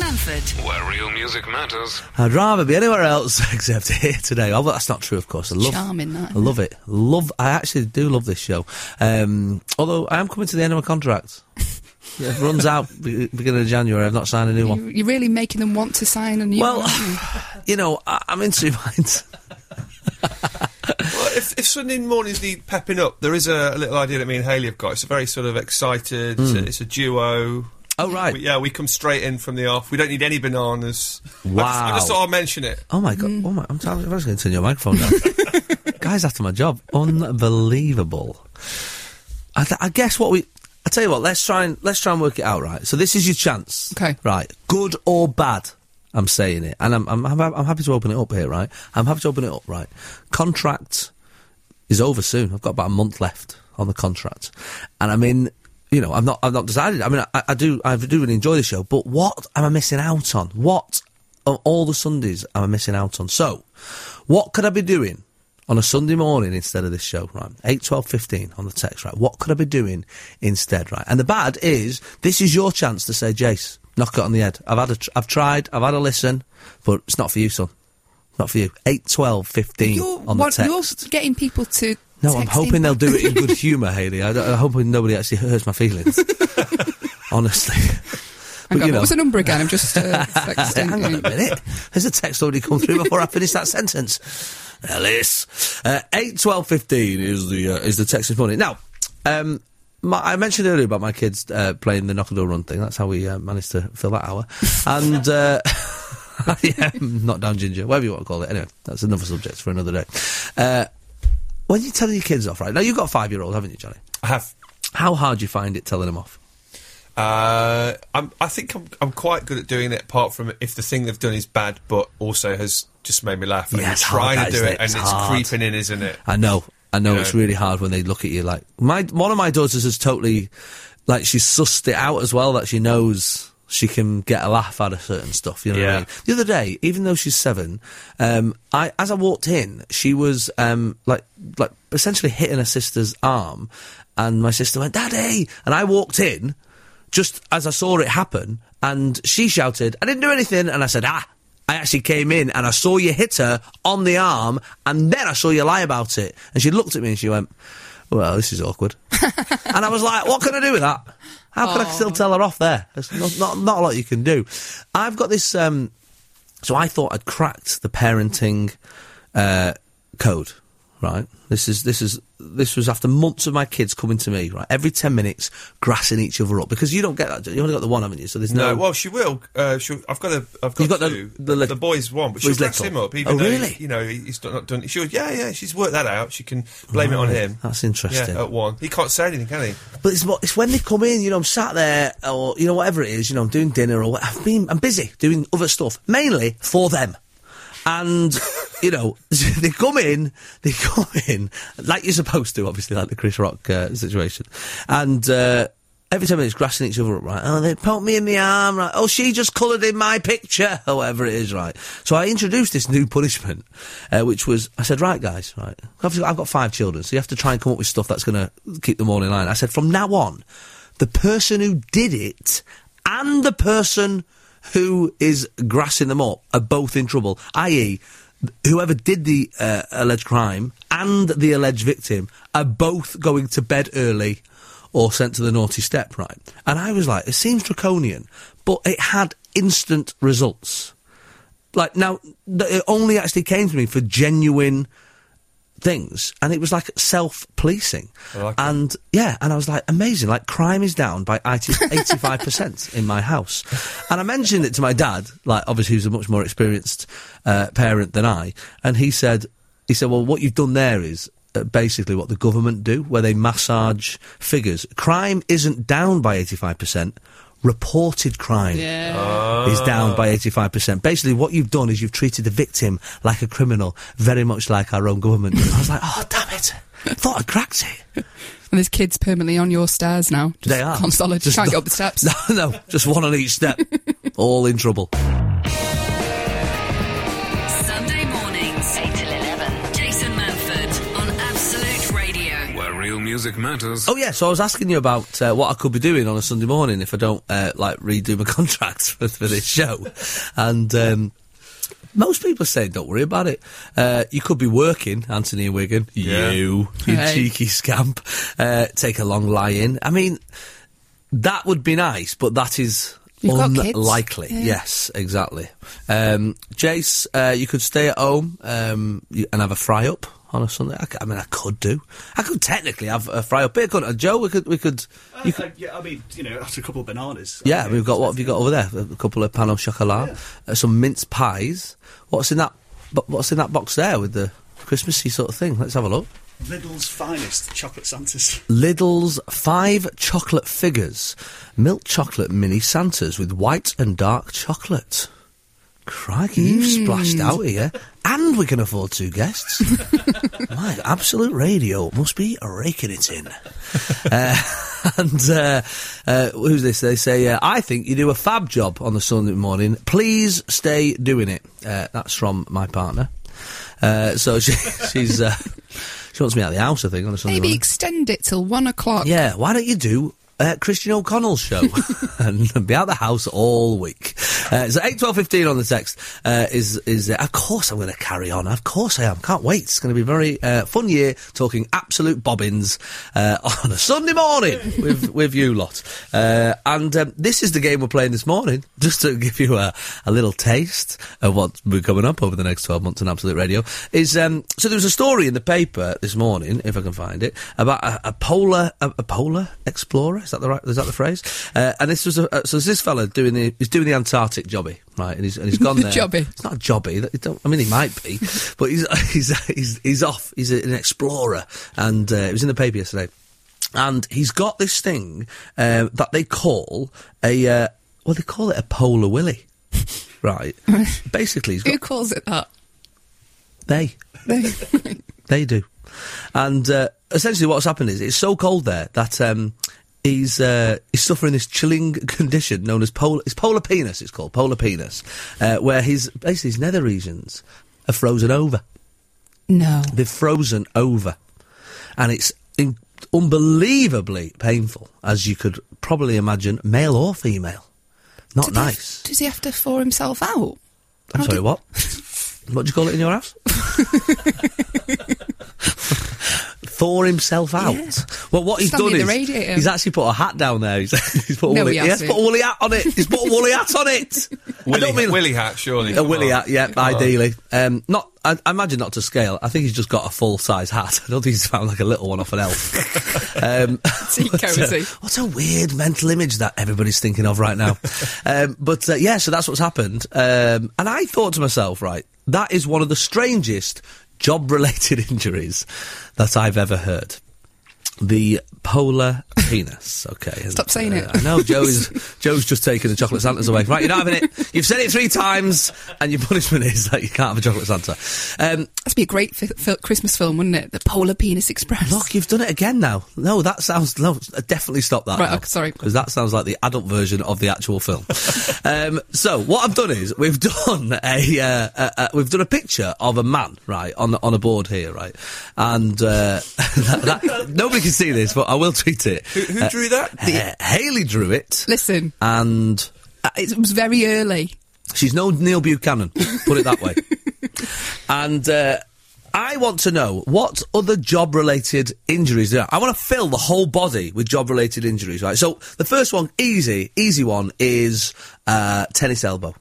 Speaker 2: Manford.
Speaker 1: where real music matters.
Speaker 3: I'd rather be anywhere else [laughs] except here today. Although that's not true, of course. I love,
Speaker 4: Charming, that,
Speaker 3: I love it. Love. I actually do love this show. Um, although I am coming to the end of my contract. it runs out be- beginning of January. I've not signed a new one.
Speaker 4: You, you're really making them want to sign a new
Speaker 3: Well,
Speaker 4: one, aren't you?
Speaker 3: [laughs] you know, I, I'm in two minds.
Speaker 5: Well, if, if Sunday mornings need pepping up, there is a, a little idea that me and Haley have got. It's a very sort of excited. It's,
Speaker 3: Hmm.
Speaker 5: a, it's a duo.
Speaker 3: [laughs] Oh right.
Speaker 5: We- yeah, we come straight in from the off. We don't need any bananas. I just- I just,
Speaker 3: Wow.
Speaker 5: thought I'd mention it.
Speaker 3: Oh my god! Oh my! I'm, sorry, I'm just going to turn your microphone down. [laughs] Guys, after my job, unbelievable. I, th- I guess what we. I tell you what. Let's try and let's try and work it out. Right. So this is your chance.
Speaker 4: Okay.
Speaker 3: Right. Good or bad. I'm saying it, and I'm I'm, I'm I'm happy to open it up here. Right. I'm happy to open it up. Right. Contract is over soon. I've got about a month left on the contract, and I'm in. You know, I've not I've not decided. I mean, I, I do I do really enjoy the show, but what am I missing out on? What on all the Sundays am I missing out on? So, what could I be doing on a Sunday morning instead of this show? Right, eight, twelve, fifteen on the text. Right, what could I be doing instead? Right, and the bad is this is your chance to say, Jace, knock it on the head. I've had a tr- I've tried. I've had a listen, but it's not for you, son. Not for you. Eight, twelve, fifteen
Speaker 4: You're,
Speaker 3: on the
Speaker 4: want-
Speaker 3: text.
Speaker 4: you're getting people to.
Speaker 3: No, I'm
Speaker 4: text
Speaker 3: hoping
Speaker 4: in.
Speaker 3: they'll do it in good humour, Haley. I, don't- I'm hoping nobody actually hurts my
Speaker 4: [laughs]
Speaker 3: feelings. Honestly.
Speaker 4: Hang
Speaker 3: But,
Speaker 4: on,
Speaker 3: you know-
Speaker 4: what was the number again? I'm
Speaker 3: [laughs]
Speaker 4: just uh,
Speaker 3: Hang
Speaker 4: texting. [laughs]
Speaker 3: on a minute. Has the text already come through before I finish that sentence? Ellis. Uh, 8, 12, 15 is the, uh, is the text this morning. Now, um, my, I mentioned earlier about my kids uh, playing the knock and door run thing. That's how we uh, managed to fill that hour. And. Uh, [laughs] yeah, not down ginger, whatever you want to call it. Anyway, that's another subject for another day. Uh, when you're telling your kids off, right? Now, you've got a five year old, haven't you, Johnny?
Speaker 5: I have.
Speaker 3: How hard do you find it telling them off?
Speaker 5: Uh, I'm, I think I'm, I'm quite good at doing it. Apart from if the thing they've done is bad, but also has just made me laugh. And
Speaker 3: Yeah,
Speaker 5: you're
Speaker 3: it's hard,
Speaker 5: trying
Speaker 3: that,
Speaker 5: to do
Speaker 3: isn't
Speaker 5: it,
Speaker 3: it?
Speaker 5: and
Speaker 3: It's
Speaker 5: it's,
Speaker 3: hard.
Speaker 5: creeping in, isn't it?
Speaker 3: I know, I know,
Speaker 5: Yeah.
Speaker 3: it's really hard when they look at you like my. One of my daughters has totally, like, she's sussed it out as well that she knows she can get a laugh out of certain stuff. You know what I
Speaker 5: Yeah.
Speaker 3: mean? The other day, even though she's seven, um, I as I walked in, she was um, like like essentially hitting her sister's arm, and my sister went "Daddy," and I walked in just as I saw it happen, and she shouted, "I didn't do anything," and I said, "Ah." I actually came in and I saw you hit her on the arm, and then I saw you lie about it. And she looked at me and she went, "Well, this is awkward." and I was like, "What can I do with that? How can I still tell her off there? There's not, not not a lot you can do." I've got this um, so I thought I'd cracked the parenting uh, code. Right. This is this is this was after months of my kids coming to me. Right. Every ten minutes, grassing each other up because you don't get that. do You You only got the one, haven't you? So there's no.
Speaker 5: No, well, she will. Uh, she'll, I've got a. I've got,
Speaker 3: You've got the-
Speaker 5: two.
Speaker 3: the lit-
Speaker 5: boy's one, but
Speaker 3: Well,
Speaker 5: she'll
Speaker 3: he's
Speaker 5: dress him
Speaker 3: little.
Speaker 5: up. Even
Speaker 3: Oh,
Speaker 5: though,
Speaker 3: really?
Speaker 5: You know, he's not, not done. She'll, yeah, yeah. She's worked that out. She can blame it on
Speaker 3: Right,
Speaker 5: him.
Speaker 3: that's interesting.
Speaker 5: Yeah, at one, he can't say anything, can he?
Speaker 3: But it's, mo- it's when they come in, you know, I'm sat there, or you know, whatever it is, you know, I'm doing dinner, or what- I've been, I'm busy doing other stuff, mainly for them. And you know, [laughs] they come in, they come in like you're supposed to, obviously, like the Chris Rock uh, situation, and. Uh, Every time it's grassing each other up, right? Oh, they poked me in the arm, right? Oh, she just coloured in my picture, [laughs] or whatever it is, right? So I introduced this new punishment, uh, which was I said, right, guys, right? Obviously, I've got five children, so you have to try and come up with stuff that's going to keep them all in line. I said, from now on, the person who did it and the person who is grassing them up are both in trouble, i.e., whoever did the uh, alleged crime and the alleged victim are both going to bed early or sent to the naughty step, right? And I was like, it seems draconian, but it had instant results. Like, now, th- it only actually came to me for genuine things, and it was like self policing.
Speaker 5: like that.
Speaker 3: and yeah, and I was like, amazing. Like, crime is down by 85% in my house. And I mentioned it to my dad, like, obviously, who's a much more experienced uh, parent than I, and he said, he said, well, what you've done there is uh, basically what the government do, where they massage figures. Crime isn't down by 85%. Reported crime
Speaker 4: Yeah.
Speaker 3: is down by 85%. Basically, what you've done is you've treated the victim like a criminal, very much like our own government. I was like, oh, damn it. Thought I cracked it.
Speaker 4: And there's kids permanently on your stairs now. Just
Speaker 3: they are.
Speaker 4: Can't, solid.
Speaker 3: Just
Speaker 4: can't
Speaker 3: the-
Speaker 4: get up the steps.
Speaker 3: [laughs] No, no, just one on each step. All in trouble.
Speaker 2: Sunday mornings, 8 till 11. Jason Manford on Absolute Radio.
Speaker 1: Where real music matters.
Speaker 3: Oh yeah, so I was asking you about uh, what I could be doing on a Sunday morning if I don't uh, like redo my [laughs] contract for, for this show, and um, most people say don't worry about it. Uh, you could be working, Anthony and Wigan.
Speaker 5: Yeah.
Speaker 3: You, you
Speaker 4: Hey.
Speaker 3: cheeky scamp, uh, take a long lie in. I mean, that would be nice, but that is
Speaker 4: You've got kids.
Speaker 3: unlikely.
Speaker 4: Yeah.
Speaker 3: Yes, exactly. Um, Jace, uh, you could stay at home um, you- and have a fry up on a Sunday. I, c- I mean, I could do. I could technically have a fry up here, couldn't I? Joe, we could. We could.
Speaker 6: Uh, uh, yeah, I mean, you know, after a couple of bananas.
Speaker 3: Yeah,
Speaker 6: uh,
Speaker 3: we've got what have you got over there? A couple of pan au chocolat, uh, some mince pies. What's in that? But what's in that box there with the Christmassy sort of thing? Let's have a look.
Speaker 6: uh, Lidl's finest chocolate Santas.
Speaker 3: Lidl's five chocolate figures, milk chocolate mini Santas with white and dark chocolate. Crikey, you've splashed out here, and we can afford two guests. My absolute radio must be raking it in. uh, [laughs] and uh, uh, who's this? They say, uh, I think you do a fab job on the Sunday morning. Please stay doing it. Uh, that's from my partner. Uh, so she, [laughs] she's uh, she wants me out of the house. I think on a Sunday
Speaker 4: Maybe
Speaker 3: morning.
Speaker 4: extend it till one o'clock.
Speaker 3: Yeah, why don't you do uh, Christian O'Connell's show and be out the house all week? Uh, so eight twelve fifteen on the text uh, is is uh, of course I'm going to carry on. Of course I am. Can't wait. It's going to be a very uh, fun year talking absolute bobbins uh, [laughs] on a Sunday morning with with you lot. Uh, and um, this is the game we're playing this morning. [laughs] Just to give you a, a little taste of what's been coming up over the next twelve months on Absolute Radio is um, so there was a story in the paper this morning, if I can find it, about a, a polar a, a polar explorer. Is that the right? Is that the phrase? Uh, and this was a, uh, so it's this fella doing the he's doing the Antarctic jobby, right? And he's and he's gone
Speaker 4: [laughs] The
Speaker 3: there.
Speaker 4: jobby.
Speaker 3: It's not a jobby. that- it don't- I mean, he might be, but he's he's he's, he's off. He's a, an explorer, and uh, it was in the paper yesterday. And he's got this thing um that they call a uh, well, they call it a polar willy, right? Basically, he's
Speaker 4: Who [laughs]
Speaker 3: got
Speaker 4: calls it that?
Speaker 3: they they do, and uh, essentially what's happened is it's so cold there that. Um, He's uh, he's suffering this chilling [laughs] condition known as polar. It's polar penis. It's called polar penis, uh, where his basically his nether regions are frozen over.
Speaker 4: no.
Speaker 3: They've frozen over, and it's in- unbelievably painful, as you could probably imagine, male or female. Not
Speaker 4: Does he-
Speaker 3: nice.
Speaker 4: does he have to thaw himself
Speaker 3: [laughs]
Speaker 4: out?
Speaker 3: I'm
Speaker 4: How
Speaker 3: sorry,
Speaker 4: do-
Speaker 3: what? what do you call it in your
Speaker 4: [laughs]
Speaker 3: house? Thaw himself out. Well, what he's
Speaker 4: Stand
Speaker 3: done
Speaker 4: near
Speaker 3: is
Speaker 4: the radiator.
Speaker 3: he's actually put a hat down there. He's, he's put a
Speaker 4: No,
Speaker 3: woolly,
Speaker 4: he
Speaker 3: he has
Speaker 4: hasn't.
Speaker 3: put a woolly hat on it. He's put a woolly hat on it. I
Speaker 5: Willy,
Speaker 3: don't mean-
Speaker 5: Willy hat, surely.
Speaker 3: a willy hat, Uh, yeah,
Speaker 5: Come on.
Speaker 3: ideally. Um, not, I, I imagine not to scale. I think he's just got a full size hat. [laughs] I don't think he's found like a little one off an elf. um,
Speaker 4: Tea cozy.
Speaker 3: what a weird mental image that everybody's thinking of right
Speaker 4: [laughs]
Speaker 3: now. um, but uh, yeah, so that's what's happened. Um, and I thought to myself, right, that is one of the strangest job related [laughs] injuries that I've ever heard. The
Speaker 4: [laughs]
Speaker 3: polar penis. Okay. Uh,
Speaker 4: Stop saying it.
Speaker 3: I know Joe's
Speaker 4: [laughs]
Speaker 3: Joe's just taken the chocolate Santas away. Right, you're not having it. You've said it three times, and your punishment is that you can't have a chocolate Santa. Um,
Speaker 4: That'd be a great fi- fil- Christmas film, wouldn't it? The Polar Penis Express.
Speaker 3: Look, you've done it again now. No, that sounds no. Definitely stop that.
Speaker 4: Right, okay, sorry.
Speaker 3: because that sounds like the adult version of the actual
Speaker 4: [laughs]
Speaker 3: film. um, so what I've done is we've [laughs] done a, uh, a, a we've done a picture of a man right on on a board here right, and uh, [laughs] that, that, nobody can see this, but I will tweet it.
Speaker 5: Who, who drew that?
Speaker 3: Uh, Haley drew it,
Speaker 4: Listen,
Speaker 3: and
Speaker 4: uh, it was very early.
Speaker 3: She's no Neil Buchanan, put it that
Speaker 4: [laughs]
Speaker 3: way. and uh, I want to know what other job related injuries there are. I want to fill the whole body with job related injuries, right? So the first one, easy, easy one is uh, tennis elbow.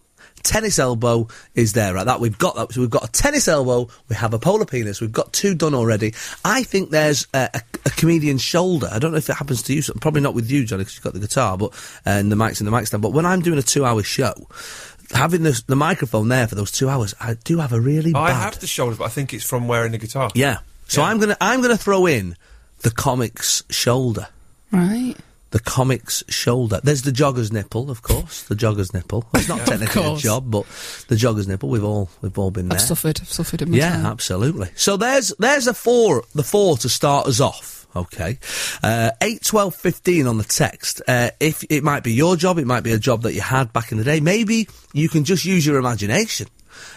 Speaker 3: Tennis elbow is there, right? That we've got that. So we've got a tennis elbow. We have a polar penis. We've got two done already. I think there's a, a, a comedian's shoulder. I don't know if it happens to you. so- Probably not with you, Johnny, because you've got the guitar, but uh, and the mics and the mic stand. But when I'm doing a two-hour show, having this, the microphone there for those two hours, I do have a really
Speaker 5: Oh, I
Speaker 3: bad.
Speaker 5: have the shoulders, but I think it's from wearing the guitar.
Speaker 3: yeah. So
Speaker 5: Yeah.
Speaker 3: I'm gonna I'm gonna throw in the comic's shoulder.
Speaker 4: Right.
Speaker 3: The comic's shoulder. There's the jogger's nipple, of course. The jogger's nipple. It's not technically a
Speaker 4: course.
Speaker 3: job, but the jogger's nipple. We've all we've all been there.
Speaker 4: I've suffered. I've suffered in my
Speaker 3: Yeah,
Speaker 4: time.
Speaker 3: absolutely. So there's there's a four, the four to start us off. Okay, uh, eight, twelve, fifteen on the text. Uh, if it might be your job, it might be a job that you had back in the day. Maybe you can just use your imagination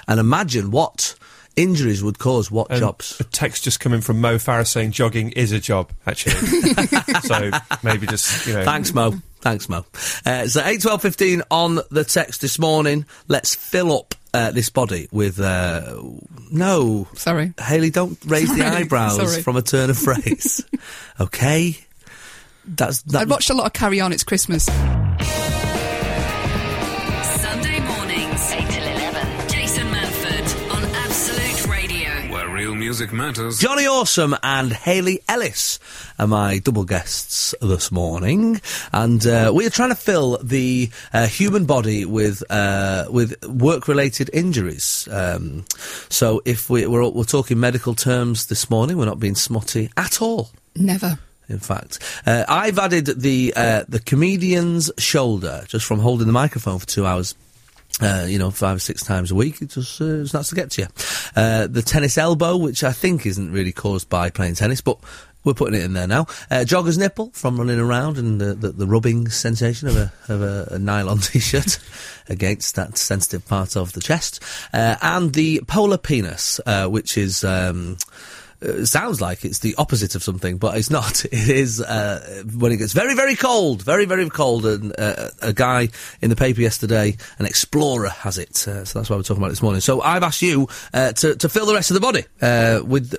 Speaker 3: and imagine what injuries would cause what
Speaker 5: And
Speaker 3: jobs.
Speaker 5: A text just coming from Mo Farah saying jogging is a job,
Speaker 3: [laughs]
Speaker 5: actually. so maybe just, you know.
Speaker 3: Thanks, Mo. Thanks, Mo. Uh, so eight, twelve, fifteen on the text this morning. Let's fill up uh, this body with uh, no.
Speaker 4: Sorry.
Speaker 3: Haley, don't raise the
Speaker 4: Sorry,
Speaker 3: eyebrows
Speaker 4: sorry.
Speaker 3: from a turn of phrase. okay? That's
Speaker 4: I
Speaker 3: that
Speaker 4: watched a lot of Carry On. It's Christmas.
Speaker 2: Sunday mornings, 8 till 11. Jason Manford on Absolute Radio.
Speaker 1: Where real music matters.
Speaker 3: Johnny Awesome and Haley Ellis are my double guests this morning, and uh, we are trying to fill the uh, human body with uh, with work-related injuries. Um, so, if we, we're we're talking medical terms this morning, we're not being smutty at all.
Speaker 4: Never.
Speaker 3: In fact, uh, I've added the uh, the comedian's shoulder just from holding the microphone for two hours. Uh, you know, five or six times a week, it just uh, it's nice to get to you. Uh, the tennis elbow, which I think isn't really caused by playing tennis, but we're putting it in there now. Uh, jogger's nipple from running around and the, the, the rubbing sensation of a of a, a nylon [laughs] t-shirt against that sensitive part of the chest, uh, and the polar penis, uh, which is. Um, uh, sounds like it's the opposite of something, but it's not. [laughs] It is uh, when it gets very, very cold, very, very cold. And uh, a guy in the paper yesterday, an explorer, has it. Uh, so that's why we're talking about it this morning. So I've asked you uh, to to fill the rest of the body uh, with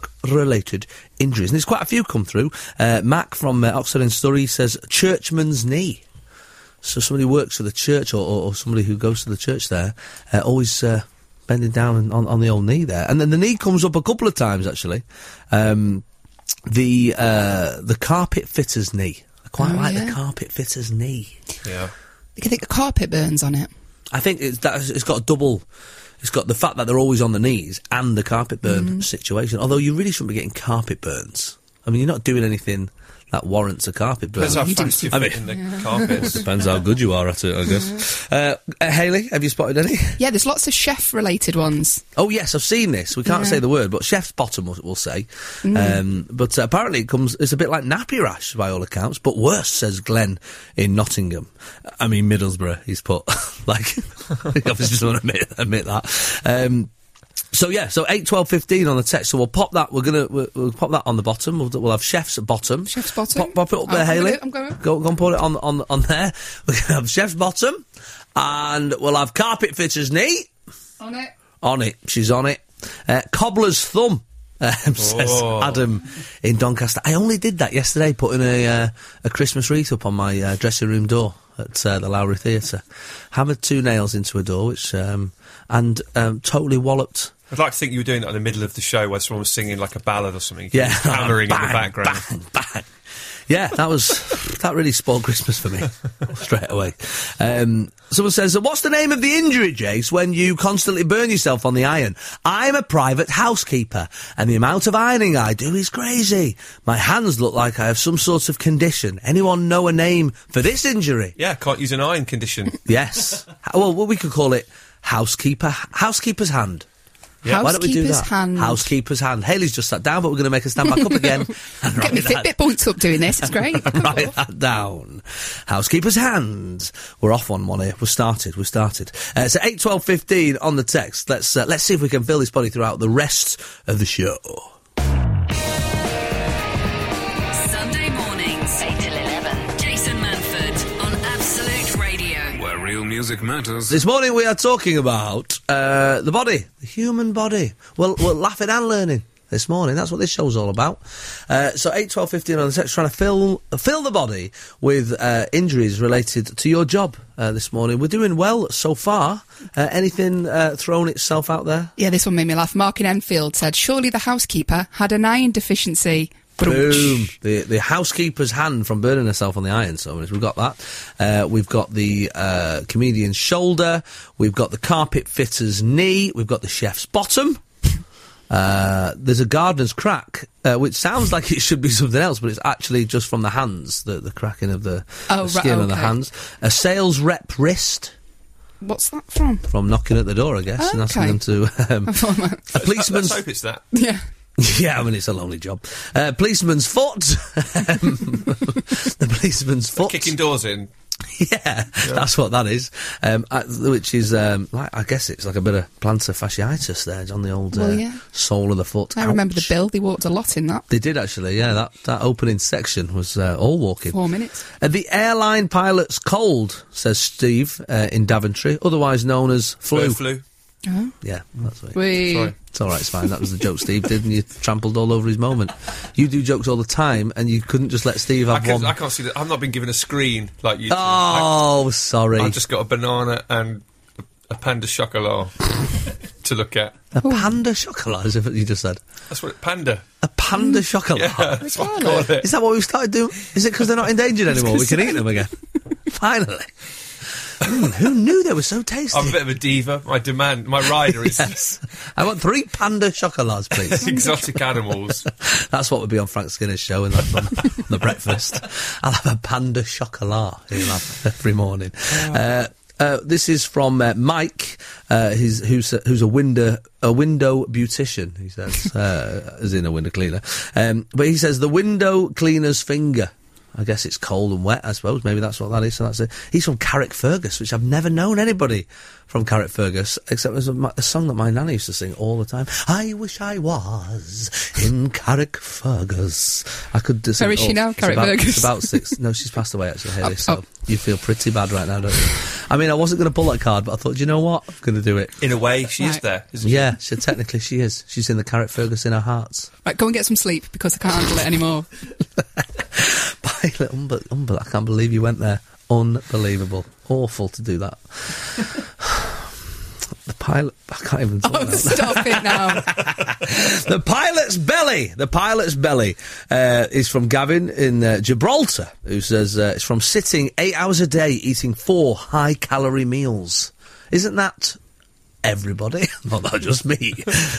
Speaker 3: work-related injuries, and there's quite a few come through. Uh, Mac from uh, Oxford and Surrey says churchman's knee. So somebody who works for the church, or, or, or somebody who goes to the church there, uh, always uh, bending down and on, on the old knee there, and then the knee comes up a couple of times actually. Um, the uh, the carpet fitter's knee. I quite
Speaker 4: Oh,
Speaker 3: like the
Speaker 4: yeah.
Speaker 3: carpet fitter's knee.
Speaker 5: Yeah.
Speaker 4: I think the carpet burns on it.
Speaker 3: I think it's that it's got a double. It's got the fact that they're always on the knees and the carpet burn
Speaker 4: Mm-hmm.
Speaker 3: situation. Although you really shouldn't be getting carpet burns. I mean, you're not doing anything that warrants a carpet burn.
Speaker 5: Depends how
Speaker 4: You didn't
Speaker 5: fast you
Speaker 3: see-
Speaker 5: fit in the
Speaker 3: [laughs]
Speaker 5: carpets.
Speaker 3: Depends how good you are at it, I guess. uh, uh, Haley, have you spotted any?
Speaker 4: Yeah, there's lots of chef related ones.
Speaker 3: Oh yes, I've seen this. We can't
Speaker 4: Yeah. Mm.
Speaker 3: say the word, but chef's bottom we'll, we'll say. Um, but uh, apparently, it comes. It's a bit like nappy rash by all accounts, but worse, says Glenn in Nottingham. I mean Middlesbrough. He's put [laughs] like he obviously doesn't want to admit, admit that. Um, so yeah, so eight, twelve, fifteen on the text. So we'll pop that. We're gonna we'll, we'll pop that on the bottom. We'll, we'll have chef's bottom.
Speaker 4: Chef's bottom?
Speaker 3: Pop, pop it up
Speaker 4: Oh,
Speaker 3: there,
Speaker 4: I'm with
Speaker 3: Haley.
Speaker 4: it, I'm going.
Speaker 3: Go, go and put it on on on there. [laughs] We're gonna have chef's bottom, and we'll have carpet fitter's knee
Speaker 4: On it.
Speaker 3: on it. She's on it. Uh, cobbler's thumb. [laughs] Um, says
Speaker 5: Oh.
Speaker 3: Adam in Doncaster. I only did that yesterday, putting a uh, a Christmas wreath up on my uh, dressing room door at uh, the Lowry Theatre. Hammered two nails into a door, which um, and um, totally walloped.
Speaker 5: I'd like to think you were doing that in the middle of the show where someone was singing like a ballad or something.
Speaker 3: Yeah,
Speaker 5: [laughs] Hammering in the
Speaker 3: Bang,
Speaker 5: background.
Speaker 3: Bang, bang. Yeah, that was that really spoiled Christmas for
Speaker 5: [laughs]
Speaker 3: me straight away. Um, someone says, "What's the name of the injury, Jace, when you constantly burn yourself on the iron?" I'm a private housekeeper, and the amount of ironing I do is crazy. My hands look like I have some sort of condition. Anyone know a name for this injury?
Speaker 5: Yeah, can't use an iron condition.
Speaker 3: Yes. Ha- well, well, we could call it housekeeper housekeeper's hand.
Speaker 4: Housekeeper's
Speaker 3: Why don't we do that?
Speaker 4: hand.
Speaker 3: Housekeeper's hand. Haley's just sat down, but we're going to make her stand back up
Speaker 4: [laughs]
Speaker 3: again. and
Speaker 4: Get
Speaker 3: [laughs]
Speaker 4: me
Speaker 3: write that-
Speaker 4: Fitbit points up doing this. It's
Speaker 3: [laughs]
Speaker 4: great.
Speaker 3: write that down. Housekeeper's hands. We're off on one here. We're started. We're started. Uh, so eight, twelve, fifteen on the text. Let's uh, let's see if we can fill this body throughout the rest of the show.
Speaker 2: Sunday mornings, 8 till 11. Jason Manford on Absolute Radio.
Speaker 1: Where real music matters.
Speaker 3: This morning we are talking about uh, the body, the human body. Well, we're laughing and learning this morning. That's what this show's all about. Uh, so eight, twelve, fifteen on the text, trying to fill fill the body with uh, injuries related to your job uh, this morning. We're doing well so far. Uh, anything uh, thrown itself out there?
Speaker 4: yeah, this one made me laugh. Mark in Enfield said, Surely the housekeeper had an iron deficiency.
Speaker 3: Boom! The the housekeeper's hand from burning herself on the iron. So we've got that. Uh, we've got the uh, comedian's shoulder. We've got the carpet fitter's knee. We've got the chef's bottom. Uh, there's a gardener's crack, uh, which sounds like it should be something else, but it's actually just from the hands, the, the cracking of the,
Speaker 4: Oh,
Speaker 3: the
Speaker 4: right,
Speaker 3: skin on the
Speaker 4: okay.
Speaker 3: hands. A sales rep wrist
Speaker 4: What's that from? [laughs]
Speaker 3: from knocking at the door, I guess, and asking
Speaker 4: Okay.
Speaker 3: them to. Um,
Speaker 4: [laughs]
Speaker 3: a policeman's
Speaker 5: [laughs] Let's hope it's that.
Speaker 4: yeah.
Speaker 3: [laughs] Yeah, I mean it's a lonely job. Uh, policeman's foot. [laughs] Um, the policeman's foot.
Speaker 5: Kicking doors in.
Speaker 3: [laughs] Yeah, that's what that is. Um, uh, which is, um, like, I guess it's like a bit of plantar fasciitis there on the old uh,
Speaker 4: Well, yeah.
Speaker 3: sole of the foot.
Speaker 4: I remember the
Speaker 3: Ouch.
Speaker 4: bill. They walked a lot in that.
Speaker 3: They did actually, yeah. That, that opening section was uh, all walking.
Speaker 4: Four minutes.
Speaker 3: Uh, the airline pilot's cold, says Steve uh, in Daventry, otherwise known as flu.
Speaker 5: Flu. flu.
Speaker 4: Oh.
Speaker 3: Yeah, that's right.
Speaker 4: We.
Speaker 5: Sorry.
Speaker 3: It's all right, it's fine. That was the joke Steve did, and you trampled all over his moment. You do jokes all the time, and you couldn't just let Steve
Speaker 5: I,
Speaker 3: have
Speaker 5: can,
Speaker 3: one.
Speaker 5: I can't see that. I've not been given a screen like you. two.
Speaker 3: oh, sorry.
Speaker 5: I, I've just got a banana and a panda chocolat [laughs] to look at.
Speaker 3: a panda chocolate, is what you just said.
Speaker 5: That's what it, panda.
Speaker 3: A panda chocolate.
Speaker 5: Mm. Yeah, that's what I call it.
Speaker 3: Is that what we've started doing? Is it because they're not
Speaker 5: [laughs]
Speaker 3: endangered anymore? We can eat them again. [laughs] Finally. Mm, who knew they were so tasty?
Speaker 5: I'm a bit of a diva. My demand, my rider [laughs]
Speaker 3: [laughs]
Speaker 5: is
Speaker 3: yes. I want three panda chocolates, please.
Speaker 5: exotic animals.
Speaker 3: [laughs] That's what would be on Frank Skinner's show and that's on the breakfast. [laughs] I'll have a panda chocolat he'll have every morning. Uh, uh, this is from uh, Mike, uh, he's, who's, a, who's a window a window beautician. He says, uh, [laughs] as in a window cleaner, um, but he says the window cleaner's finger. I guess it's cold and wet. I suppose maybe that's what that is. So that's it. He's from Carrickfergus, which I've never known anybody from Carrickfergus except it was a, mu- a song that my nana used to sing all the time. I wish I was in Carrickfergus. I could. do
Speaker 4: Where
Speaker 3: something-
Speaker 4: is she now,
Speaker 3: it's about-
Speaker 4: Carrickfergus?
Speaker 3: It's about six. No, she's passed away actually. Haley,
Speaker 4: [laughs] Oh,
Speaker 3: so
Speaker 4: oh.
Speaker 3: you feel pretty bad right now, don't you? I mean, I wasn't going to pull that card, but I thought, you know what, I'm going to do it.
Speaker 5: In a way, she is
Speaker 4: Right.
Speaker 5: there. Isn't she?
Speaker 3: Yeah, so technically she is. She's in the Carrickfergus in her hearts.
Speaker 4: Right, go and get some sleep because I can't handle it anymore.
Speaker 3: Pilot, unbe- unbe- I can't believe you went there. Unbelievable. Awful to do that. [sighs] the pilot. I can't even.
Speaker 4: [laughs]
Speaker 3: Talk
Speaker 4: Oh,
Speaker 3: now.
Speaker 4: stop it now.
Speaker 3: the pilot's belly. The pilot's belly uh, is from Gavin in uh, Gibraltar, who says uh, it's from sitting eight hours a day eating four high-calorie meals. Isn't that everybody? [laughs] Not that just me.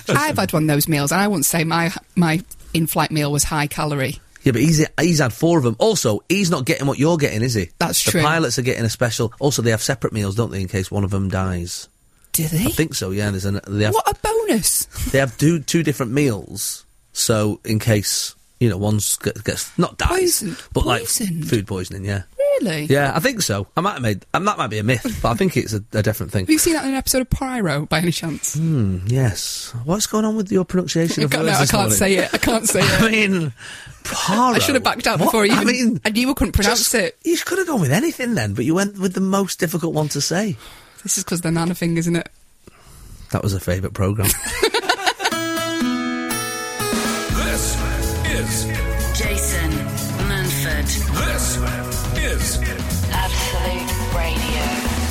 Speaker 4: I've had one of those meals, and I wouldn't say my my in-flight meal was high calorie.
Speaker 3: Yeah, but he's he's had four of them. Also, he's not getting what you're getting, is he?
Speaker 4: That's
Speaker 3: the
Speaker 4: true.
Speaker 3: The pilots are getting a special. Also, they have separate meals, don't they, in case one of them dies.
Speaker 4: Do they?
Speaker 3: I think so. Yeah, there's an, they have
Speaker 4: what a bonus!
Speaker 3: they have two two different meals. So in case you know one's get, gets not dies,
Speaker 4: Poison-
Speaker 3: but like
Speaker 4: poisoned.
Speaker 3: food poisoning. Yeah,
Speaker 4: Really?
Speaker 3: yeah, I think so. I might have made um, that might be a myth, but I think it's a, a different
Speaker 4: [laughs]
Speaker 3: thing.
Speaker 4: Have you seen that in an episode of Pyro by any chance?
Speaker 3: Yes. What's going on with your pronunciation
Speaker 4: I
Speaker 3: of
Speaker 4: can't,
Speaker 3: words
Speaker 4: no, I
Speaker 3: this
Speaker 4: can't
Speaker 3: morning?
Speaker 4: say it. I can't say
Speaker 3: [laughs] I
Speaker 4: it.
Speaker 3: mean,
Speaker 4: I should have backed out
Speaker 3: What?
Speaker 4: before you.
Speaker 3: I mean,
Speaker 4: I knew I couldn't pronounce
Speaker 3: Just-
Speaker 4: it.
Speaker 3: You could have gone with anything then, but you went with the most difficult one to say.
Speaker 4: This is because the nana thing, isn't it?
Speaker 3: That was a favourite programme.
Speaker 1: This is
Speaker 2: Jason Manford,
Speaker 1: this is
Speaker 2: Absolute Radio.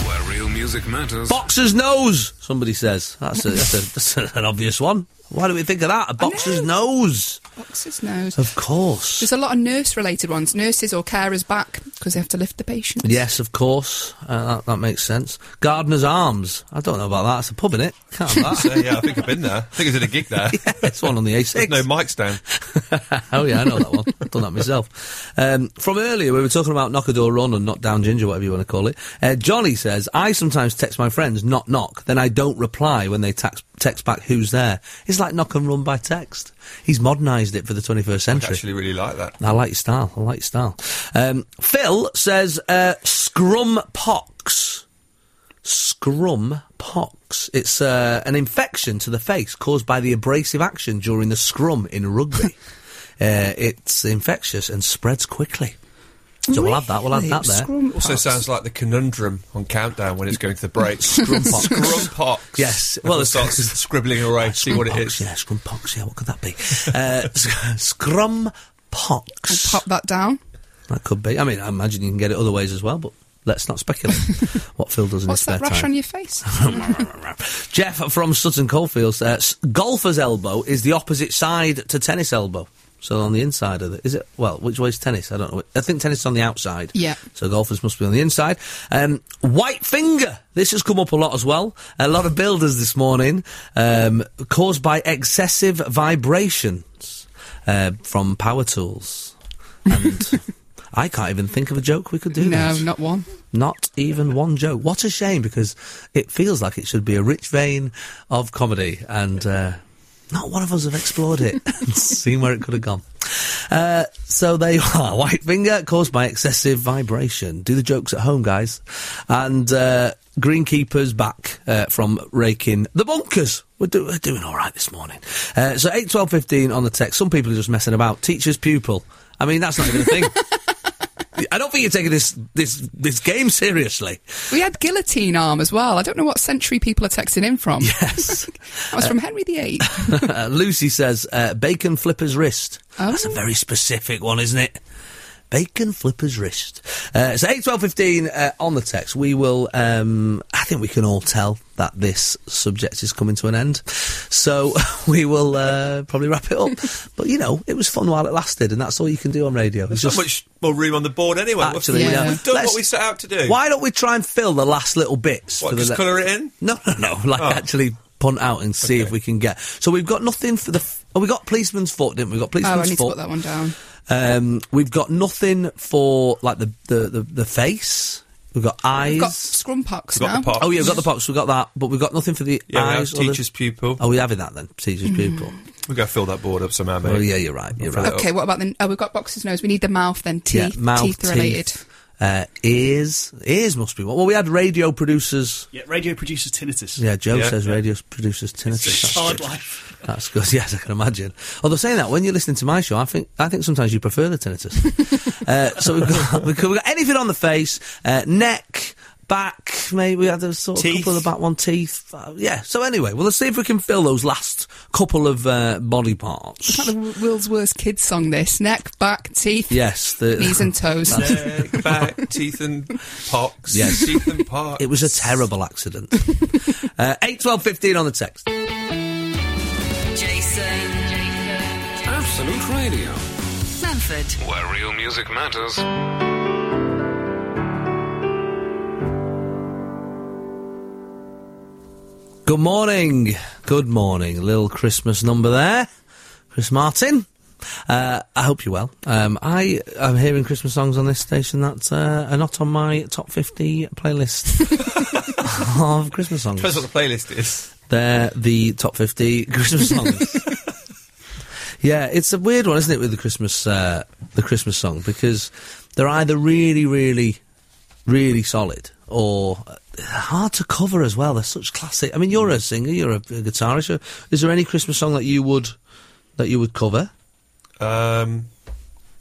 Speaker 1: where real music matters.
Speaker 3: [laughs] boxer's nose, somebody says. That's, a, that's, a, that's an obvious one. Why do we think of that? A boxer's nose.
Speaker 4: Boxer's nose.
Speaker 3: Of course.
Speaker 4: There's a lot of nurse-related ones. Nurses or carers back because they have to lift the patient.
Speaker 3: Yes, of course. Uh, that, that makes sense. Gardener's Arms. I don't know about that. It's a pub, in it? Can't have that. [laughs]
Speaker 5: So, yeah, I think I've been there. I think I did a gig [laughs] there.
Speaker 3: It's one on the A6.
Speaker 5: There's no mics down.
Speaker 3: [laughs] oh yeah, I know that one. I've done that myself. Um, from earlier, we were talking about knock a door run and knock down ginger, whatever you want to call it. Uh, Johnny says, I sometimes text my friends knock knock, then I don't reply when they tax- text back who's there. It's like knock and run by text. He's modernised it for the 21st
Speaker 5: I
Speaker 3: century.
Speaker 5: actually really like that.
Speaker 3: I like your style. I like your style. Um, Phil says, uh, scrum pox. Scrum pox. It's uh, an infection to the face caused by the abrasive action during the scrum in
Speaker 4: [laughs]
Speaker 3: rugby. uh, it's infectious and spreads quickly. So we'll have that. We'll have that there.
Speaker 4: Scrum
Speaker 5: Also
Speaker 4: pops.
Speaker 5: sounds like the conundrum on Countdown when it's going to
Speaker 3: [laughs]
Speaker 5: the break. Scrumpox. Scrumpox.
Speaker 3: Yes. Well,
Speaker 5: Well, it
Speaker 3: it's- [laughs]
Speaker 5: starts scribbling away, see what it
Speaker 3: Scrum pox,
Speaker 5: is.
Speaker 3: Yeah, scrum pox. Yeah, what could that be? uh, [laughs] sc- scrum pox.
Speaker 4: Pop that down.
Speaker 3: That could be. I mean, I imagine you can get it other ways as well, but let's not
Speaker 4: [laughs]
Speaker 3: speculate what Phil does in
Speaker 4: What's
Speaker 3: his spare
Speaker 4: that rash
Speaker 3: time.
Speaker 4: on
Speaker 3: [laughs]
Speaker 4: your face?
Speaker 3: Jeff from Sutton Coldfields. Uh, s- golfer's elbow is the opposite side to tennis elbow. So on the inside of the is it well, which way is tennis? I don't know. I think tennis is on the outside.
Speaker 4: Yeah.
Speaker 3: So golfers must be on the inside. Um, white finger. This has come up a lot as well. A lot of builders this morning um, caused by excessive vibrations uh, from power tools.
Speaker 4: [laughs]
Speaker 3: And I can't even think of a joke we could do.
Speaker 4: No,
Speaker 3: this.
Speaker 4: not one.
Speaker 3: Not even one joke. What a shame, because it feels like it should be a rich vein of comedy, and uh, not one of us have explored it [laughs] and seen where it could have gone. Uh, so there you are. White finger caused by excessive vibration. Do the jokes at home, guys. And uh, greenkeepers back uh, from raking the bunkers. We're, do- we're doing all right this morning. Uh, so eight twelve fifteen on the text. Some people are just messing about. Teacher's pupil. I mean, that's not even a thing. I don't think you're taking this this this game seriously.
Speaker 4: We had guillotine arm as well. I don't know what century people are texting in from.
Speaker 5: [laughs]
Speaker 3: Yes. [laughs]
Speaker 4: That was from Henry VIII.
Speaker 3: Uh, Lucy says uh, bacon flipper's wrist.
Speaker 4: Oh.
Speaker 3: That's a very specific one, isn't it? Bacon flipper's wrist. Uh, so eight twelve fifteen uh, on the text. We will. Um, I think we can all tell that this subject is coming to an end. So [laughs] we will uh, probably wrap it up. but you know, it was fun while it lasted, and that's all you can do on radio. It's
Speaker 5: There's not
Speaker 3: just-
Speaker 5: much more room on the board anyway. We've-
Speaker 3: Actually,
Speaker 5: we've,
Speaker 4: yeah.
Speaker 5: we've done
Speaker 3: Let's-
Speaker 5: what we set out to do.
Speaker 3: Why don't we try and fill the last little bits?
Speaker 5: What,
Speaker 3: for the
Speaker 5: just
Speaker 3: le-
Speaker 5: colour it in?
Speaker 3: No, no, no. [laughs] Like
Speaker 5: Oh.
Speaker 3: actually punt out and see if
Speaker 5: Okay.
Speaker 3: we can get. So we've got nothing for the. F- oh, we got policeman's foot, didn't we? We got
Speaker 4: Oh, I
Speaker 3: policeman's
Speaker 4: need to
Speaker 3: foot.
Speaker 4: put that one down.
Speaker 3: Um, we've got nothing for like the the the, the face. We've got eyes.
Speaker 4: We've got scrumpox
Speaker 5: We've got
Speaker 4: now.
Speaker 5: the pop.
Speaker 3: Oh yeah, we've got the pops, we've got that, but we've got nothing for the
Speaker 5: Yeah, we have
Speaker 3: eyes. or the-
Speaker 5: teacher's pupil.
Speaker 3: Are we having that then?
Speaker 4: Mm.
Speaker 3: Teacher's pupil.
Speaker 5: We've got to fill that board up somehow, mate.
Speaker 3: Oh yeah, you're right. You're right. [laughs]
Speaker 4: Okay, what about the? Oh, we've got boxes' nose. We need the mouth then.
Speaker 3: Yeah,
Speaker 4: Teeth,
Speaker 3: mouth,
Speaker 4: teeth related.
Speaker 3: Uh, ears, ears must be one. Well, we had radio producers.
Speaker 6: [laughs] Yeah, radio producer tinnitus.
Speaker 3: Yeah, Joe
Speaker 5: Yeah,
Speaker 3: says
Speaker 5: yeah.
Speaker 3: radio producers tinnitus.
Speaker 6: It's
Speaker 3: That's
Speaker 6: hard
Speaker 3: good.
Speaker 6: life.
Speaker 3: That's good. [laughs] Yes, I can imagine. Although saying that, when you're listening to my show, I think I think sometimes you prefer the
Speaker 4: [laughs]
Speaker 3: tinnitus. uh, so we've got, we've got we've got anything on the face, uh, neck, back. Maybe we had a sort of
Speaker 5: Teeth.
Speaker 3: couple of the back one teeth. Uh, yeah. So anyway, well, let's see if we can fill those last couple of uh, body parts.
Speaker 4: It's like the world's worst kids song. This neck, back, teeth,
Speaker 3: Yes. The,
Speaker 4: knees and toes.
Speaker 5: Neck, back, teeth and pox.
Speaker 3: Yes.
Speaker 5: Teeth and
Speaker 3: [laughs]
Speaker 5: pox.
Speaker 3: It was a terrible accident. [laughs] uh, Eight, twelve, fifteen on the text.
Speaker 2: Jason. Jason.
Speaker 1: Absolute Radio,
Speaker 2: Manford.
Speaker 1: where real music matters.
Speaker 3: Good morning. Good morning. Little Christmas number there. Chris Martin. Uh, I hope you're well. Um, I am hearing Christmas songs on this station that uh, are not on my top 50 playlist of Christmas songs.
Speaker 5: Depends what the playlist is.
Speaker 3: They're the top 50 [laughs] Christmas songs. yeah, it's a weird one, isn't it, with the Christmas uh, the Christmas song because they're either really, really, really solid or uh, hard to cover as well. They're such classic. I mean, you're a singer, you're a, a guitarist. Is there any Christmas song that you would that you would cover?
Speaker 5: Um,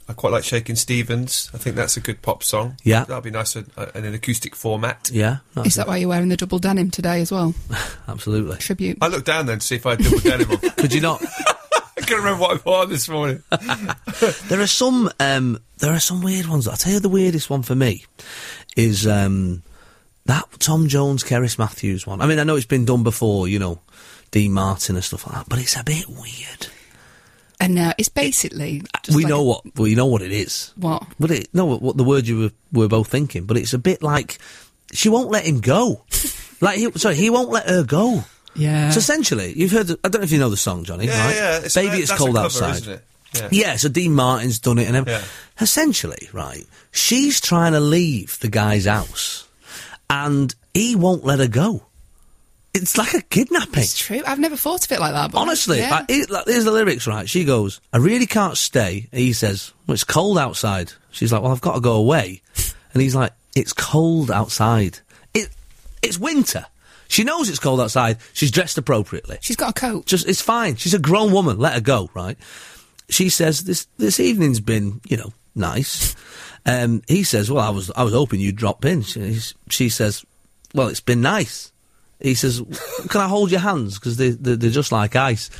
Speaker 5: I quite like Shaking Stevens. I think that's a good pop song.
Speaker 3: Yeah.
Speaker 5: That'd be nice in, uh, in an acoustic format.
Speaker 3: Yeah, that's
Speaker 4: Is that why you're wearing the double denim today as well?
Speaker 3: it. absolutely.
Speaker 4: Tribute.
Speaker 5: I looked down then to see if I had double denim on.
Speaker 3: [laughs]
Speaker 5: I
Speaker 3: Could you not?
Speaker 5: can't remember what I wore this [laughs] morning.
Speaker 3: There are some um, there are some weird ones. I'll tell you the weirdest one for me is um, that Tom Jones, Keris Matthews one. I mean, I know it's been done before, you know, Dean Martin and stuff like that, but it's a bit weird.
Speaker 4: And uh, it's basically. just
Speaker 3: we
Speaker 4: like
Speaker 3: know
Speaker 4: a-
Speaker 3: what we know what it is.
Speaker 4: What?
Speaker 3: But it no what the word you were, were both thinking, but it's a bit like she won't let him
Speaker 4: [laughs]
Speaker 3: go. like he, sorry, he won't let her go.
Speaker 4: Yeah.
Speaker 3: So essentially, you've heard. The, I don't know if you know the song, Johnny.
Speaker 5: Yeah,
Speaker 3: right?
Speaker 5: yeah. It's,
Speaker 3: Baby,
Speaker 5: that-
Speaker 3: it's
Speaker 5: that's
Speaker 3: cold
Speaker 5: a cover,
Speaker 3: outside.
Speaker 5: Isn't it? Yeah.
Speaker 3: Yeah, so Dean Martin's done it and everything.
Speaker 5: Yeah.
Speaker 3: Essentially, right, she's trying to leave the guy's house and he won't let her go. It's like a kidnapping.
Speaker 4: It's true. I've never thought of it like that. But
Speaker 3: Honestly,
Speaker 4: yeah.
Speaker 3: like, he- like, here's the lyrics, right? She goes, I really can't stay. He says, Well, it's cold outside. She's like, Well, I've got to go away. And he's like, It's cold outside. It, it's winter. She knows it's cold outside. She's dressed appropriately
Speaker 4: she's got a coat.
Speaker 3: just it's fine. She's a grown woman. Let her go, right? She says this this evening's been you know nice. Um, he says, well, I was I was hoping you'd drop in. She, she says, well, it's been nice. He says, can I hold your hands because they, they they're just like ice.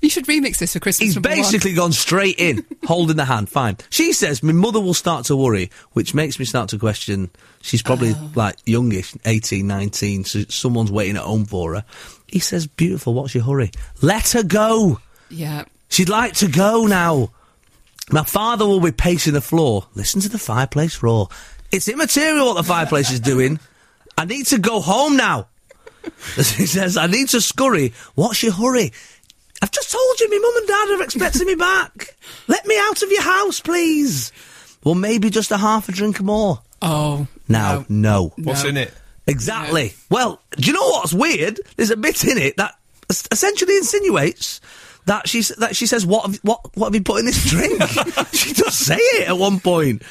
Speaker 4: you should remix this for Christmas.
Speaker 3: He's
Speaker 4: number one.
Speaker 3: basically gone straight
Speaker 4: [laughs]
Speaker 3: in, holding the hand. Fine. She says, my mother will start to worry, which makes me start to question. She's probably
Speaker 4: Oh.
Speaker 3: like youngish, 18, 19, so someone's waiting at home for her. He says, beautiful, what's your hurry? Let her go.
Speaker 4: Yeah.
Speaker 3: She'd like to go now. My father will be pacing the floor. Listen to the fireplace roar. It's immaterial what the fireplace is doing. I need to go home now. [laughs] She says, I need to scurry. What's your hurry? I've just told you my mum and dad are expecting me back. Let me out of your house, please. Well, maybe just a half a drink more.
Speaker 4: Oh.
Speaker 3: Now, no.
Speaker 5: What's
Speaker 4: No.
Speaker 5: in it?
Speaker 3: Exactly. Well, do you know what's weird? There's a bit in it that es- essentially insinuates that she s- that she says, "What have, what what have you put in this drink?" she does say it at one point.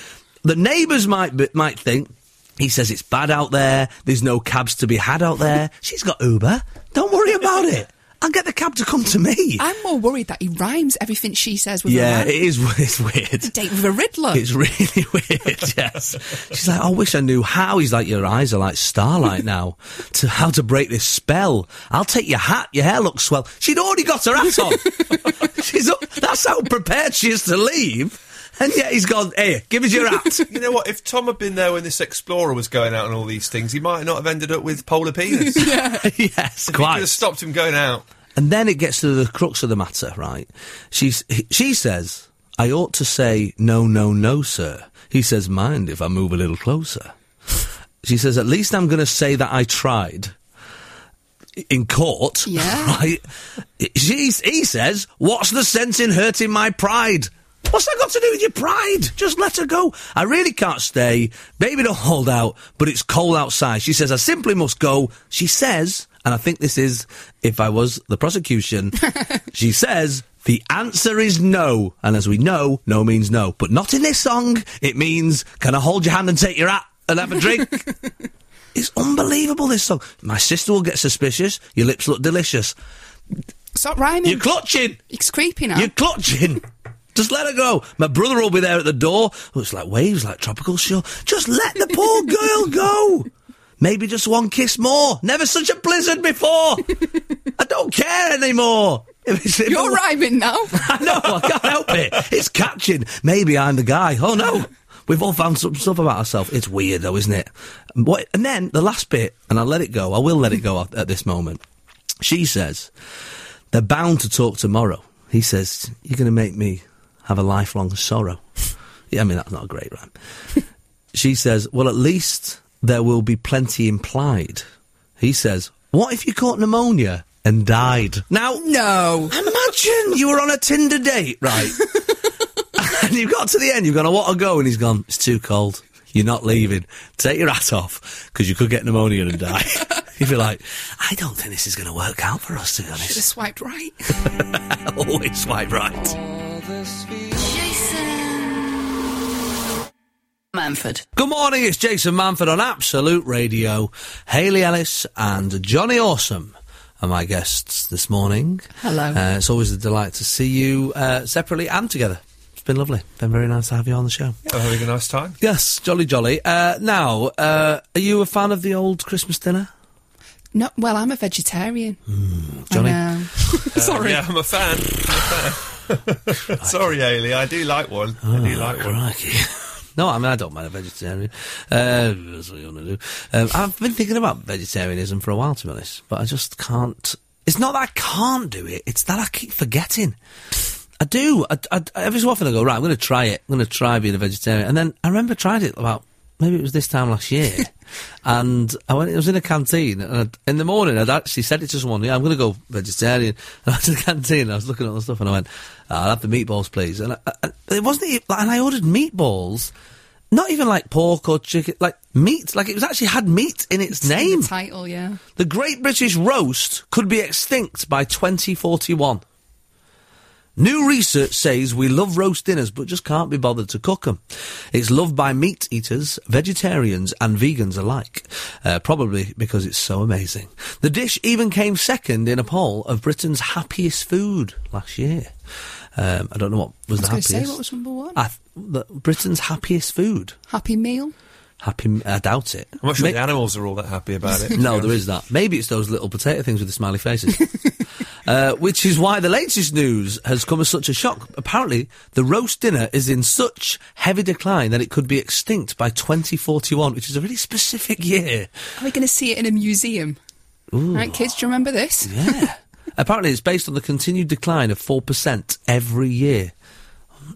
Speaker 3: The neighbours might be, might think he says it's bad out there. There's no cabs to be had out there. She's got Uber. Don't worry about it. I'll get the cab to come to me.
Speaker 4: I'm more worried that he rhymes everything she says with
Speaker 3: yeah,
Speaker 4: a
Speaker 3: it
Speaker 4: rhyme.
Speaker 3: is. [laughs] It's weird.
Speaker 4: date with a Riddler.
Speaker 3: [laughs] It's really weird, yes. She's like, I wish I knew how. He's like, your eyes are like starlight now. To how to break this spell. I'll take your hat. Your hair looks swell. She'd already got her hat on. [laughs] She's up, that's how prepared she is to leave. And yet he's gone, hey, give us your hat.
Speaker 5: You know what? If Tom had been there when this explorer was going out and all these things, he might not have ended up with
Speaker 3: [laughs]
Speaker 5: polar penis. He
Speaker 3: yes,
Speaker 5: could
Speaker 3: quite.
Speaker 5: have stopped him going out.
Speaker 3: And then it gets to the crux of the matter, right? She's, he- she says, I ought to say, no, no, no, sir. He says, mind if I move a little closer. She says, at least I'm going to say that I tried. In court, [laughs]
Speaker 4: Yeah.
Speaker 3: right? She's, he says, what's the sense in hurting my pride? What's that got to do with your pride? Just let her go. I really can't stay. Baby, don't hold out, but it's cold outside. She says, I simply must go. She says, and I think this is, if I was the prosecution, she says, the answer is no. And as we know, no means no. But not in this song. It means, can I hold your hand and take your hat and have a drink? It's unbelievable, this song. My sister will get suspicious. Your lips look delicious.
Speaker 4: Stop rhyming.
Speaker 3: You're clutching.
Speaker 4: it's creepy now.
Speaker 3: You're clutching. Just let her go. My brother will be there at the door. Oh, it's like waves, like tropical shore. Just let the poor girl go. Maybe just one kiss more. Never such a blizzard before. I don't care anymore. If it's- if it [laughs]
Speaker 4: You're
Speaker 3: wa-
Speaker 4: rhyming now. [laughs]
Speaker 3: [laughs] I know, I can't help it. It's catching. Maybe I'm the guy. Oh no. We've all found some stuff about ourselves. It's weird though, isn't it? And What, and then the last bit, and I'll let it go. I will let it go at, at this moment. She says, they're bound to talk tomorrow. He says, you're going to make me have a lifelong sorrow. [laughs] Yeah, I mean, that's not a great rhyme. [laughs] she says, well, at least there will be plenty implied. He says, what if you caught pneumonia and died? Now,
Speaker 4: No.
Speaker 3: Imagine you were on a Tinder date, right? [laughs] and you've got to the end, you've gone, I want to go, and he's gone, it's too cold. You're not leaving. Take your hat off, because you could get pneumonia and die. [laughs] You'd be like, I don't think this is going to work out for us, to be
Speaker 4: Just
Speaker 3: honest.
Speaker 4: swiped right.
Speaker 3: Always swipe right.
Speaker 2: Jason Manford.
Speaker 3: Good morning, it's Jason Manford on Absolute Radio. Haley Ellis and Johnny Awesome are my guests this morning.
Speaker 4: Hello.
Speaker 3: Uh, it's always a delight to see you uh, separately and together. It's been lovely. Been very nice to have you on the show.
Speaker 5: I'm Oh, having a
Speaker 3: [laughs]
Speaker 5: nice time.
Speaker 3: Yes, jolly jolly. Uh, now, uh, are you a fan of the old Christmas dinner?
Speaker 4: No, well, I'm a vegetarian.
Speaker 3: Johnny?
Speaker 4: I know. Sorry.
Speaker 5: Yeah, I'm a fan.
Speaker 3: [laughs]
Speaker 5: I'm a fan. [laughs] Sorry, Ailey. I do like one.
Speaker 3: Oh,
Speaker 5: I do like one.
Speaker 3: Crikey. [laughs] no, I mean, I don't mind a vegetarian. Uh, that's what you want to do. Um, I've been thinking about vegetarianism for a while, to be honest, but I just can't. It's not that I can't do it, it's that I keep forgetting. I do. I, I- every so often I go, right, I'm going to try it. I'm going to try being a vegetarian. And then I remember I tried it about, maybe it was this time last [laughs] year. and I went, it was in a canteen. And I'd, in the morning, I'd actually said it to someone, yeah, I'm going to go vegetarian. [laughs] And I went to the canteen and I was looking at all the stuff and I went, "Ah, I'll have the meatballs, please. And I, I, it wasn't, e- like, and I ordered meatballs. Not even like pork or chicken, like meat. Like it was actually had meat in its
Speaker 4: In
Speaker 3: name.
Speaker 4: the title, yeah.
Speaker 3: The Great British Roast could be extinct by 2041. New research says we love roast dinners but just can't be bothered to cook them. It's loved by meat eaters, vegetarians, and vegans alike, uh, probably because it's so amazing. The dish even came second in a poll of Britain's happiest food last year. Um, I don't know what was,
Speaker 4: I was
Speaker 3: the happiest.
Speaker 4: going to
Speaker 3: Ah.
Speaker 4: say, what was number one?
Speaker 3: I th- the- Britain's happiest food.
Speaker 4: Happy meal.
Speaker 3: Happy? I doubt it.
Speaker 5: I'm not sure
Speaker 3: Ma-
Speaker 5: the animals are all that happy about it.
Speaker 3: [laughs] no, there is that. Maybe it's those little potato things with the smiley faces. [laughs] uh, which is why the latest news has come as such a shock. Apparently, the roast dinner is in such heavy decline that it could be extinct by 2041, which is a really specific year.
Speaker 4: Are we going to see it in a museum? Right, kids, do you remember this?
Speaker 3: Yeah. [laughs] Apparently, it's based on the continued decline of four percent every year.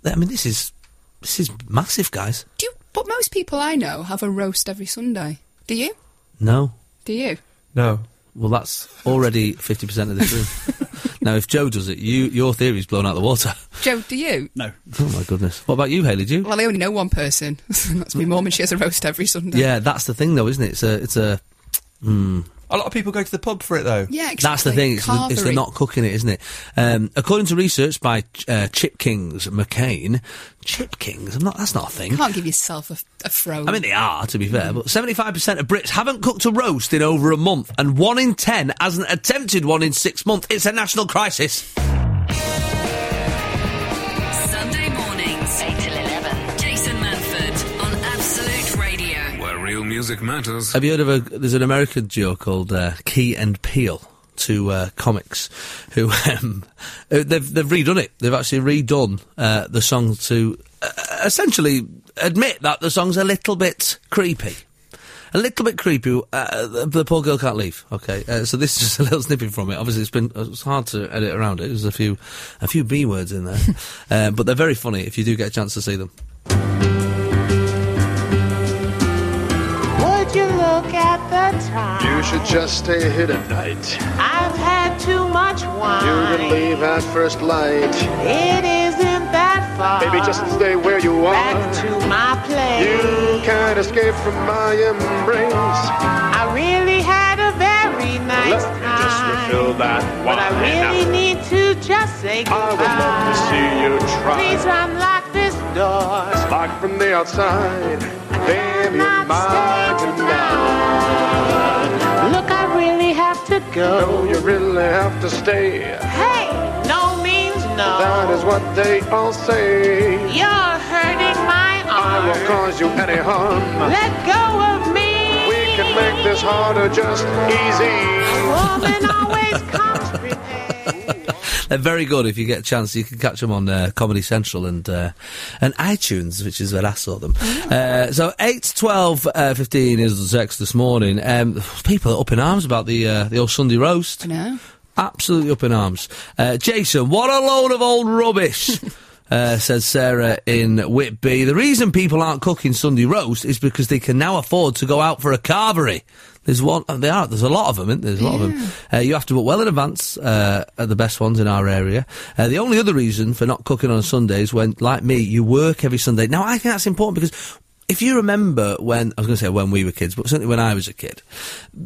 Speaker 3: I mean, this is this is massive, guys.
Speaker 4: Do you, but most people I know have a roast every Sunday. Do you?
Speaker 3: No,
Speaker 4: Do you?
Speaker 5: No.
Speaker 3: well, that's already fifty percent of this room. now, if Joe does it, you your theory's blown out the water. [laughs]
Speaker 4: Joe, do you?
Speaker 6: No.
Speaker 3: Oh my goodness! What about you, Haley? Do you?
Speaker 4: Well, I only know one person. [laughs] That's my mum, and she has a roast every Sunday.
Speaker 3: Yeah, that's the thing, though, isn't it? It's a it's a
Speaker 5: A lot of people go to the pub for it though.
Speaker 4: Yeah, exactly.
Speaker 3: That's the thing. It's, the, it's they're
Speaker 4: Carvery.
Speaker 3: not cooking it, isn't it? Um, according to research by uh, Chip Kings McCain, Chip Kings. I'm not. That's not a thing.
Speaker 4: You can't give yourself a, a throw.
Speaker 3: I mean, they are, to be fair, but 75% of Brits haven't cooked a roast in over a month, and one in 10 hasn't attempted one in six months. It's a national crisis.
Speaker 2: Sunday mornings, 8 till 11. Jason Manford on Absolute Radio.
Speaker 1: Where real music matters.
Speaker 3: Have you heard of a? There's an American duo called uh, Key and Peel. To uh, comics, who [laughs] um, uh, they've they've redone it. They've actually redone uh, the song to uh, essentially admit that the song's a little bit creepy, a little bit creepy. Uh, the, the poor girl can't leave. Okay, uh, so this is just a little snippet from it. Obviously, it's been it's hard to edit around it. There's a few a few b words in there, [laughs] uh, but they're very funny if you do get a chance to see them.
Speaker 7: Would you look at the time?
Speaker 8: You should just stay hid at night.
Speaker 7: I've had too much
Speaker 8: You can
Speaker 7: wine.
Speaker 8: leave at first light.
Speaker 7: It isn't that far.
Speaker 8: Maybe just stay where you
Speaker 7: back
Speaker 8: are.
Speaker 7: to my
Speaker 8: You
Speaker 7: place.
Speaker 8: can't escape from my embrace.
Speaker 7: I really had a very nice
Speaker 8: Let me just
Speaker 7: time.
Speaker 8: refill that
Speaker 7: but I really
Speaker 8: wine.
Speaker 7: need to just say
Speaker 8: I would love to
Speaker 7: goodbye.
Speaker 8: see you try.
Speaker 7: Please unlock this door.
Speaker 8: It's locked from the outside. Baby, you're
Speaker 7: Cannot stay
Speaker 8: mine tonight.
Speaker 7: tonight. Look, I really have to
Speaker 8: No,
Speaker 7: go.
Speaker 8: you really have to stay.
Speaker 7: Hey, no means no.
Speaker 8: That is what they all say.
Speaker 7: You're hurting my
Speaker 8: I will
Speaker 7: arm.
Speaker 8: cause you any harm.
Speaker 7: Let go of me.
Speaker 8: We can make this harder, just easy.
Speaker 7: Woman always comes prepared.
Speaker 3: [laughs] They're very good. If you get a chance, you can catch them on uh, Comedy Central and uh, and iTunes, which is where I saw them.
Speaker 4: Oh.
Speaker 3: Uh, so eight twelve uh, fifteen is the text this morning. Um, people are up in arms about the uh, the old Sunday roast.
Speaker 4: I know.
Speaker 3: Absolutely up in arms. Uh, Jason, what a load of old rubbish. Uh, says Sarah in Whitby. The reason people aren't cooking Sunday roast is because they can now afford to go out for a carvery. There's one. uh, They are. There's a lot of them. Isn't there? There's a lot of them. Uh, you have to book well in advance uh, at the best ones in our area. Uh, the only other reason for not cooking on Sunday is when, like me, you work every Sunday. Now I think that's important because if you remember when I was going to say when we were kids, but certainly when I was a kid,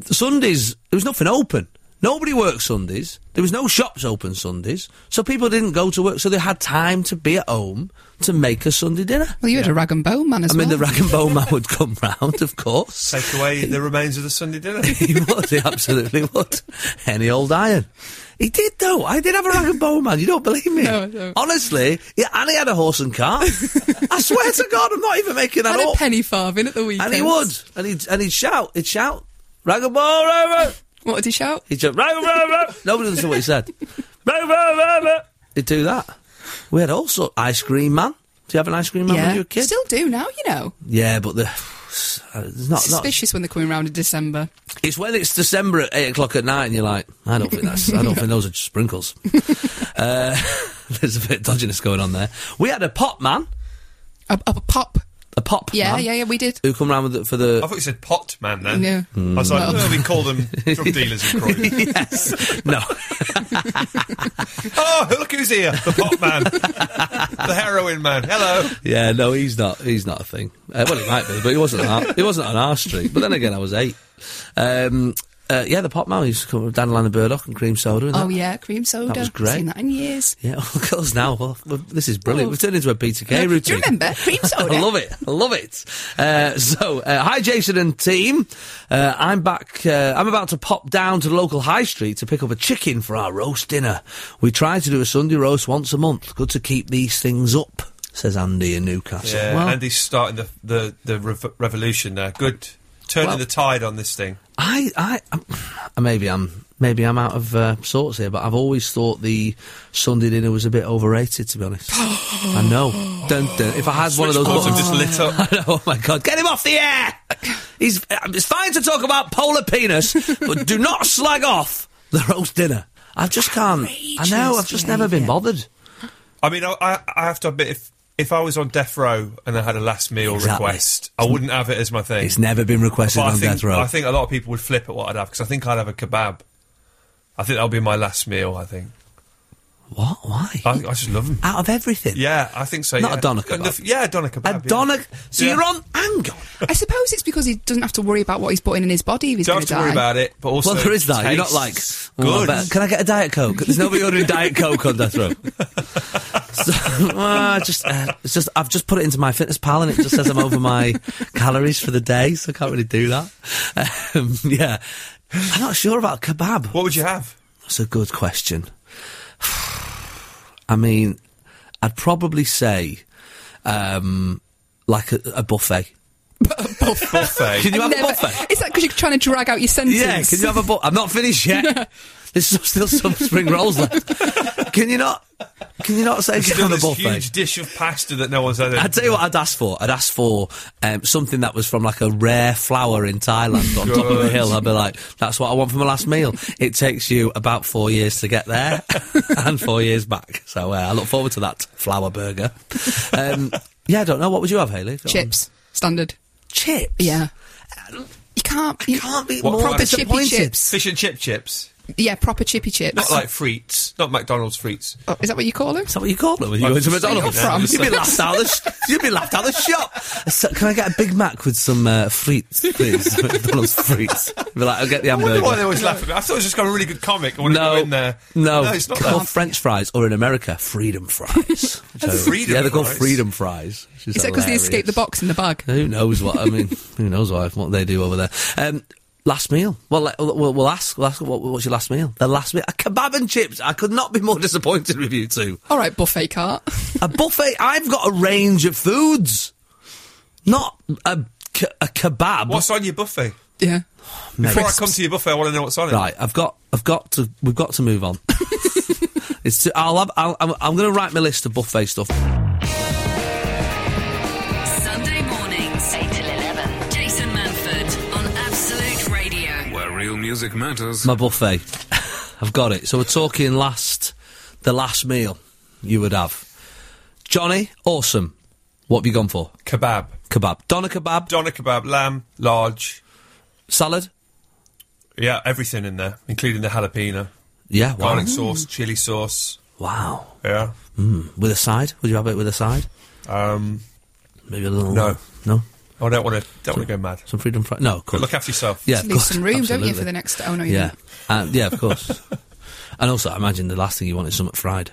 Speaker 3: Sundays there was nothing open. Nobody worked Sundays. There was no shops open Sundays, so people didn't go to work. So they had time to be at home to make a Sunday dinner.
Speaker 4: Well, you had a rag and bone man as
Speaker 3: I mean,
Speaker 4: well.
Speaker 3: the rag and bone man would come round, of course.
Speaker 5: Take
Speaker 3: [laughs]
Speaker 5: away the remains of the Sunday dinner.
Speaker 3: he would. He absolutely would. Any old iron. He did though. I did have a rag and bone man. You don't believe me?
Speaker 4: No, I don't.
Speaker 3: Honestly, yeah, and he had a horse and cart. I swear to God, I'm not even making that
Speaker 4: and
Speaker 3: up.
Speaker 4: a penny farthing at the weekend.
Speaker 3: And he would. And he'd, and he'd shout. He'd shout, Ragga ball, ragga.
Speaker 4: What did he shout?
Speaker 3: He'd shout, ragga, ragga, ragga. Nobody understood what he said. Ragga, ragga, ragga. He'd do that. We had also Ice Cream Man. Do you have an ice cream man when you were a kid?
Speaker 4: Still do now, you know.
Speaker 3: yeah, but the. It's not, not
Speaker 4: Suspicious when they're coming round in December.
Speaker 3: It's when it's December at eight o'clock at night and you're like, I don't think that's, I don't think those are just
Speaker 4: [laughs]
Speaker 3: sprinkles. uh, [laughs] there's a bit of dodginess going on there. We had a pop man,
Speaker 4: A, a pop.
Speaker 3: a pop
Speaker 4: Yeah,
Speaker 3: man,
Speaker 4: yeah, yeah, we did.
Speaker 3: who come round with the, for
Speaker 5: I [laughs]
Speaker 3: the.
Speaker 5: thought you said pot man then.
Speaker 4: No.
Speaker 5: I was like, oh, we
Speaker 3: [laughs]
Speaker 5: call them drug dealers in Croydon.
Speaker 3: yes, [laughs] no,
Speaker 5: Oh, look who's here! The pot man, the heroin man. Hello.
Speaker 3: yeah, no, he's not, he's not a thing. Uh, well, he might be, but he wasn't. On our, he wasn't on our street. But then again, I was eight. Um, uh, yeah, the pop man used to come with dandelion and burdock and cream soda. And
Speaker 4: Oh,
Speaker 3: that.
Speaker 4: yeah, cream soda.
Speaker 3: was great.
Speaker 4: Seen that in years.
Speaker 3: Yeah, [laughs] all girls now. Well, well, this is brilliant.
Speaker 4: Oh.
Speaker 3: We've turned into a PTK
Speaker 4: Yeah, do you
Speaker 3: routine. [laughs]
Speaker 4: remember? Cream soda.
Speaker 3: I love it. I love it. Uh, so, uh, hi, Jason and team. Uh, I'm back. Uh, I'm about to pop down to the local high street to pick up a chicken for our roast dinner. We try to do a Sunday roast once a month. Good to keep these things up, says Andy in Newcastle.
Speaker 5: Yeah,
Speaker 3: Well,
Speaker 5: Andy's starting the the the rev- revolution there. Good, turning
Speaker 3: Well-
Speaker 5: the tide on this thing.
Speaker 3: I, I, I'm- maybe I'm, maybe I'm out of uh, sorts here, but I've always thought the Sunday dinner was a bit overrated, to be honest. I
Speaker 5: [gasps]
Speaker 3: know. Dun, dun. If I had one of those
Speaker 5: Switchboards have
Speaker 3: buttons-
Speaker 5: just lit up.
Speaker 3: I know, [laughs] oh my god, get him off the air! He's, um, uh, it's fine to talk about polar penis, but do not slag off the roast dinner. I just can't. I know. I've just never been
Speaker 4: behaviour.
Speaker 3: bothered.
Speaker 5: I mean, I, I, I have to admit, if if I was on death row and I had a last meal
Speaker 3: Exactly.
Speaker 5: request, I wouldn't have it as my thing.
Speaker 3: It's never been requested
Speaker 5: But I
Speaker 3: on
Speaker 5: think,
Speaker 3: death row.
Speaker 5: I think a lot of people would flip at what I'd have because I think I'd have a kebab. I think that'll be my last meal. I think
Speaker 3: what? Why?
Speaker 5: I, I just love them.
Speaker 3: Out of everything.
Speaker 5: Yeah, I think so.
Speaker 3: Ah. Not a
Speaker 5: yeah.
Speaker 3: doner
Speaker 5: And the f-
Speaker 3: kebab.
Speaker 5: yeah, a doner kebab.
Speaker 3: A
Speaker 5: yeah.
Speaker 3: Donna. So
Speaker 5: Yeah.
Speaker 3: you're on. Hang on.
Speaker 4: I suppose it's because he doesn't have to worry about what he's putting in his body if he's
Speaker 5: Don't
Speaker 4: going
Speaker 5: have to
Speaker 4: die.
Speaker 5: worry about it. But also,
Speaker 3: Well, there is that. You're not like.
Speaker 5: tastes
Speaker 3: "Oh, I
Speaker 5: good.
Speaker 3: bet- Can I get a diet coke? There's nobody ordering diet coke on death
Speaker 5: [laughs]
Speaker 3: row. so, well, I just, uh, it's just, I've just put it into my fitness pal, and it just says I'm over my calories for the day, so I can't really do that. Um, yeah, I'm not sure about kebab.
Speaker 5: What would you have?
Speaker 3: That's a good question. [sighs] I mean, I'd probably say, um, like a, a buffet. Can [laughs]
Speaker 5: Buffet.
Speaker 3: you have a
Speaker 4: Never-
Speaker 3: buffet?
Speaker 4: Is that because you're trying to drag out your sentence?
Speaker 3: Yeah, can you have a buffet? I'm not finished yet. There's still some spring rolls left. Can you not? Can you not say
Speaker 5: Still
Speaker 3: can you
Speaker 5: this
Speaker 3: have a buffet?
Speaker 5: huge dish of pasta that no one's had.
Speaker 3: I'd tell you what I'd ask for. I'd ask for um, something that was from like a rare flower in Thailand on top of a
Speaker 5: Good.
Speaker 3: hill. I'd be like, that's what I want for my last meal. It takes you about four years to get there [laughs] and four years back. So uh, I look forward to that flower burger. Um, yeah, I don't know. What would you have, Haley?
Speaker 4: Chips. Standard.
Speaker 3: Chips?
Speaker 4: Yeah. You can't. You
Speaker 3: Can't be
Speaker 5: What,
Speaker 3: more
Speaker 5: proper chippy
Speaker 3: disappointed.
Speaker 4: chips?
Speaker 5: Fish and chip chips,
Speaker 4: Yeah, proper chippy chips.
Speaker 5: not like frites, not McDonald's frites.
Speaker 4: Oh, is that what you call them?
Speaker 3: Is that what you call them when you
Speaker 5: Well,
Speaker 3: go to
Speaker 5: where
Speaker 4: you're
Speaker 3: McDonald's?
Speaker 4: from.
Speaker 3: You'd be laughed out of the sh- you'd be laughed out of the shop. So, can I get a Big Mac with some uh, frites, [laughs] please? McDonald's frites. You'd be like, I'll get the
Speaker 5: I wonder
Speaker 3: hamburger.
Speaker 5: why they always laugh at me. I thought it was just got a really good comic. I want to
Speaker 3: no,
Speaker 5: go in there.
Speaker 3: No,
Speaker 5: no, it's not
Speaker 3: called
Speaker 5: that.
Speaker 3: French fries, or in America, freedom
Speaker 5: [laughs]
Speaker 3: fries. So-
Speaker 5: Freedom
Speaker 3: yeah, they're called
Speaker 5: fries?
Speaker 3: freedom fries. which
Speaker 4: Is that because they
Speaker 3: hilarious.
Speaker 4: escaped the box in the bag?
Speaker 3: Who knows what I
Speaker 5: [laughs]
Speaker 3: mean? who knows what, what they do over there? Um, last meal. Well, let- we'll, we'll ask. We'll ask what, what's your last meal? The last meal, a kebab and chips. I could not be more disappointed with you two.
Speaker 4: All right, buffet cart.
Speaker 3: A buffet. I've got a range of foods, not a, ke- a kebab.
Speaker 5: What's on your buffet?
Speaker 4: yeah.
Speaker 5: Before I
Speaker 3: Crisps.
Speaker 5: come to your buffet, I want to know what's on it.
Speaker 3: Right, I've got, I've got to, we've got to move on.
Speaker 5: [laughs]
Speaker 3: it's too, I'll have, I'll, I'm, I'm going to write my list of buffet stuff.
Speaker 2: Sunday mornings, 8 till 11. Jason Manford on Absolute Radio.
Speaker 1: Where real music matters.
Speaker 3: My buffet. [laughs] I've got it. So we're talking last, the last meal you would have. Johnny, awesome. What have you gone for?
Speaker 5: Kebab,
Speaker 3: Kebab. Doner kebab.
Speaker 5: doner kebab, lamb, large.
Speaker 3: salad.
Speaker 5: Yeah, everything in there, including the jalapeno,
Speaker 3: Yeah. Wow.
Speaker 5: garlic sauce, chili sauce.
Speaker 3: Wow. Hmm,
Speaker 5: Yeah.
Speaker 3: With a side? Would you have it with a side?
Speaker 5: Um,
Speaker 3: Maybe a little.
Speaker 5: No.
Speaker 3: No.
Speaker 5: I don't want to. Don't want to go mad.
Speaker 3: Some freedom fries. No. Of
Speaker 5: But
Speaker 3: course.
Speaker 5: look after yourself.
Speaker 3: yeah. of
Speaker 4: Leave
Speaker 3: course,
Speaker 4: some room, don't you,
Speaker 3: absolutely.
Speaker 4: for the next. Oh no, you
Speaker 3: Yeah.
Speaker 4: don't.
Speaker 3: Uh, yeah. Of course. [laughs] and also, I imagine the last thing you want is something fried.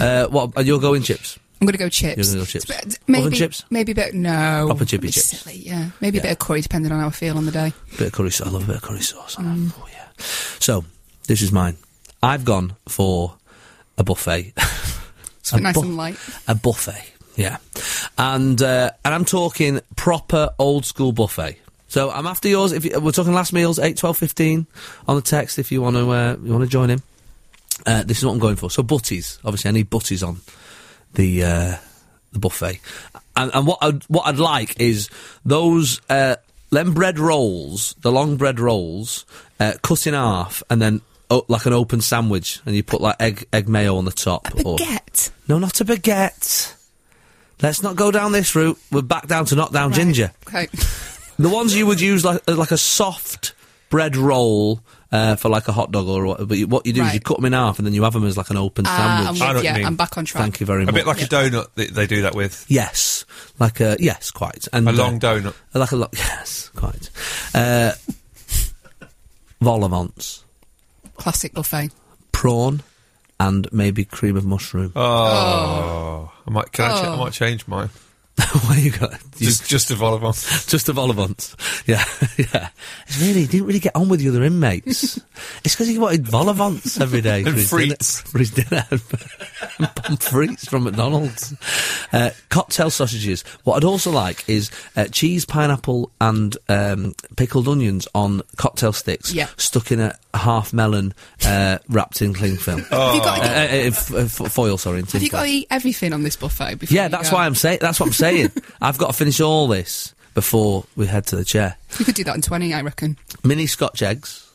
Speaker 3: uh, what? And you're going chips.
Speaker 4: I'm gonna go chips.
Speaker 3: You're gonna go chips.
Speaker 4: But
Speaker 3: Oven
Speaker 4: Maybe
Speaker 3: chips?
Speaker 4: Maybe a bit. No.
Speaker 3: Proper chippy
Speaker 4: It's
Speaker 3: chips.
Speaker 4: Silly. Yeah. Maybe
Speaker 3: Yeah.
Speaker 4: a bit of curry, depending on how I feel on the day.
Speaker 3: Bit of curry sauce. I love a bit of curry sauce.
Speaker 4: Um.
Speaker 3: Oh yeah. So this is mine. I've gone for a buffet. [laughs]
Speaker 4: Something
Speaker 3: A
Speaker 4: nice
Speaker 3: bu-
Speaker 4: and light.
Speaker 3: A buffet. Yeah. And uh, and I'm talking proper old school buffet. So I'm after yours. If you, we're talking last meals, 8, 12, 15 on the text. If you want to, uh, you want to join in. Uh, this is what I'm going for. So butties. Obviously, I need butties on the uh, the buffet. And, and what I'd, what I'd like is those uh, them bread rolls, the long bread rolls, uh, cut in half and then o- like an open sandwich, and you put like egg egg mayo on the top. or-
Speaker 4: Baguette.
Speaker 3: no, not a baguette. Let's not go down this route. We're back down to knock down ginger.
Speaker 4: Okay.
Speaker 3: The ones you would use like uh, like a soft bread roll uh, for like a hot dog or what. But you, what you do is you
Speaker 4: Right.
Speaker 3: cut them in half and then you have them as like an open
Speaker 4: Ah,
Speaker 3: sandwich.
Speaker 5: I
Speaker 4: I'm,
Speaker 5: know
Speaker 4: with,
Speaker 5: what you
Speaker 4: yeah,
Speaker 5: mean.
Speaker 4: I'm back on track.
Speaker 3: Thank you very
Speaker 5: A
Speaker 3: much.
Speaker 5: bit like a donut. They, they do that with
Speaker 3: yes, like a yes, quite and
Speaker 5: a
Speaker 3: uh,
Speaker 5: long donut.
Speaker 3: like a lot. [laughs] Yes, quite. Uh, vol au vents,
Speaker 4: Classic buffet.
Speaker 3: prawn, and maybe cream of mushroom. [laughs]
Speaker 5: I might. Can I, ch- I
Speaker 4: Oh.
Speaker 5: might change mine.
Speaker 3: Where you got? You
Speaker 5: Just just to follow on.
Speaker 3: just of Olivant. [laughs] Yeah, yeah. It's really he didn't really get on with the other
Speaker 4: [laughs]
Speaker 3: inmates. it's because he wanted Volivants every day for
Speaker 5: And
Speaker 3: his dinner,
Speaker 5: frites.
Speaker 3: for his dinner, [laughs] and pommes frites from McDonald's. Uh, cocktail sausages. What I'd also like is uh, cheese, pineapple, and um, pickled onions on cocktail sticks,
Speaker 4: Yeah.
Speaker 3: stuck in a half melon uh, wrapped in cling
Speaker 4: [laughs]
Speaker 3: film.
Speaker 4: Have you got to
Speaker 3: Uh,
Speaker 4: get-
Speaker 3: uh, uh, f- uh, f- foil, sorry. in tin
Speaker 4: Oh. Have you
Speaker 3: foil.
Speaker 4: got to eat everything on this buffet before?
Speaker 3: Yeah,
Speaker 4: you
Speaker 3: that's
Speaker 4: go?
Speaker 3: why I'm saying. That's what I'm
Speaker 4: [laughs]
Speaker 3: saying. I've got to finish all this before we head to the chair.
Speaker 4: You could do that in 20, I reckon. Hmm?
Speaker 3: Mini Scotch eggs.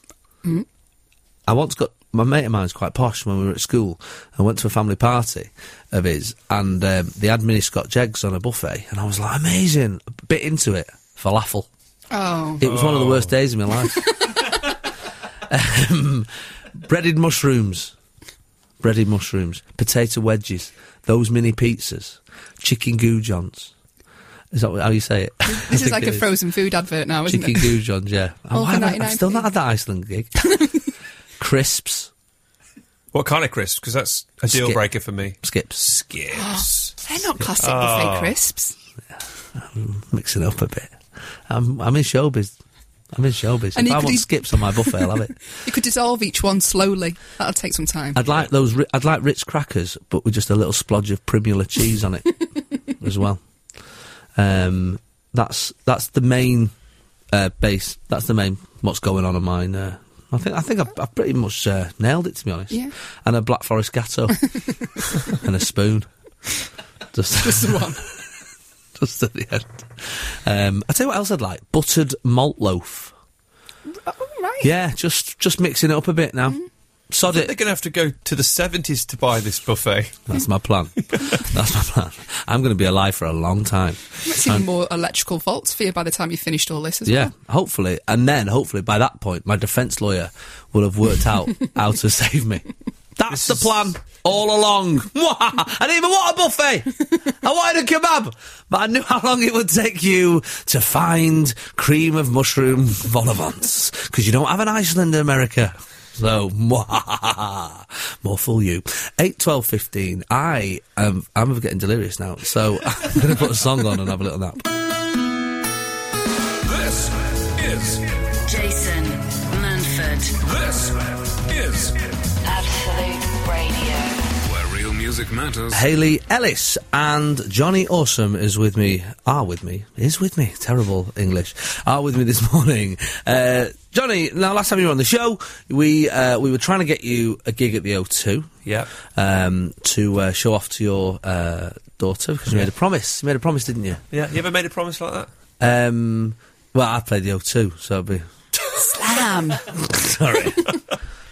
Speaker 3: I once got my mate of mine's quite posh when we were at school and went to a family party of his and um, they had mini Scotch eggs on a buffet and I was like, amazing. A bit into it. Falafel.
Speaker 4: Oh,
Speaker 3: It was one of the worst days of my
Speaker 4: [laughs]
Speaker 3: life. um, breaded mushrooms, breaded mushrooms, potato wedges, those mini pizzas, chicken goujons. Is that how you say [laughs] it?
Speaker 4: this is like a frozen food advert now, isn't
Speaker 3: chicken
Speaker 4: it?
Speaker 3: goujons. Yeah, And
Speaker 4: All
Speaker 3: why
Speaker 4: for
Speaker 3: am I-
Speaker 4: 99p.
Speaker 3: I've still not had that Iceland gig. [laughs] Crisps,
Speaker 5: What kind of crisps? Because that's a
Speaker 3: Skip.
Speaker 5: deal breaker for me.
Speaker 3: skips,
Speaker 5: Skips.
Speaker 4: They're not classic
Speaker 3: Oh.
Speaker 4: buffet crisps.
Speaker 3: mixing up a bit. I'm, I'm in showbiz. I'm in showbiz.
Speaker 4: And
Speaker 3: if
Speaker 4: you
Speaker 3: I
Speaker 4: could
Speaker 3: want
Speaker 4: eat-
Speaker 3: skips on my buffet, I'll have it.
Speaker 4: You could dissolve each one slowly. That'll take some time.
Speaker 3: I'd like those. Ri- I'd like Ritz crackers, but with just a little splodge of Primula cheese on it
Speaker 4: [laughs]
Speaker 3: as well. Um, that's that's the main uh, base. That's the main. What's going on in mine? Uh, I think I think I've, I've pretty much uh, nailed it to be honest.
Speaker 4: Yeah.
Speaker 3: And a Black Forest
Speaker 4: [laughs]
Speaker 3: gatto and a spoon. Just
Speaker 4: [laughs] Just the
Speaker 3: [laughs]
Speaker 4: one.
Speaker 3: just at the end. Um, I tell you what else I'd like: buttered malt loaf.
Speaker 4: Oh, right. Mm-hmm.
Speaker 3: Yeah, just just mixing it up a bit now. Sod
Speaker 5: They're
Speaker 3: it.
Speaker 5: going to have to go to the 70s to buy this buffet.
Speaker 3: That's my plan. That's my plan. I'm going to be alive for a long time.
Speaker 4: You might see more electrical faults for you by the time you've finished all this as
Speaker 3: Yeah,
Speaker 4: well.
Speaker 3: hopefully. And then, hopefully, by that point, my defence lawyer will have worked
Speaker 4: [laughs]
Speaker 3: out how to save me. That's the plan all
Speaker 4: [laughs]
Speaker 3: along. I didn't even want a buffet. I wanted a kebab. But I knew how long it would take you to find cream of mushroom vol au vents because you don't have an Iceland in America. So, more fool you. 8, 12, 15. I am, I'm getting delirious now. So, [laughs] I'm going to put a song on and have a little nap.
Speaker 1: This is
Speaker 2: Jason Manford,
Speaker 1: this is
Speaker 2: Absolute Radio.
Speaker 1: where real music matters.
Speaker 3: Haley Ellis and Johnny Awesome is with me. Are with me. Is with me. Terrible English. Are with me this [laughs] morning. Uh, Johnny, now last time you were on the show, we uh, we were trying to get you a gig at the O2.
Speaker 5: Yep.
Speaker 3: Um, to uh, show off to your uh, daughter because you made a promise. You made a promise, didn't you?
Speaker 5: Yeah. You ever made a promise like that?
Speaker 3: Um, well, I played the O2, so it'd be
Speaker 4: Slam.
Speaker 3: [laughs] sorry.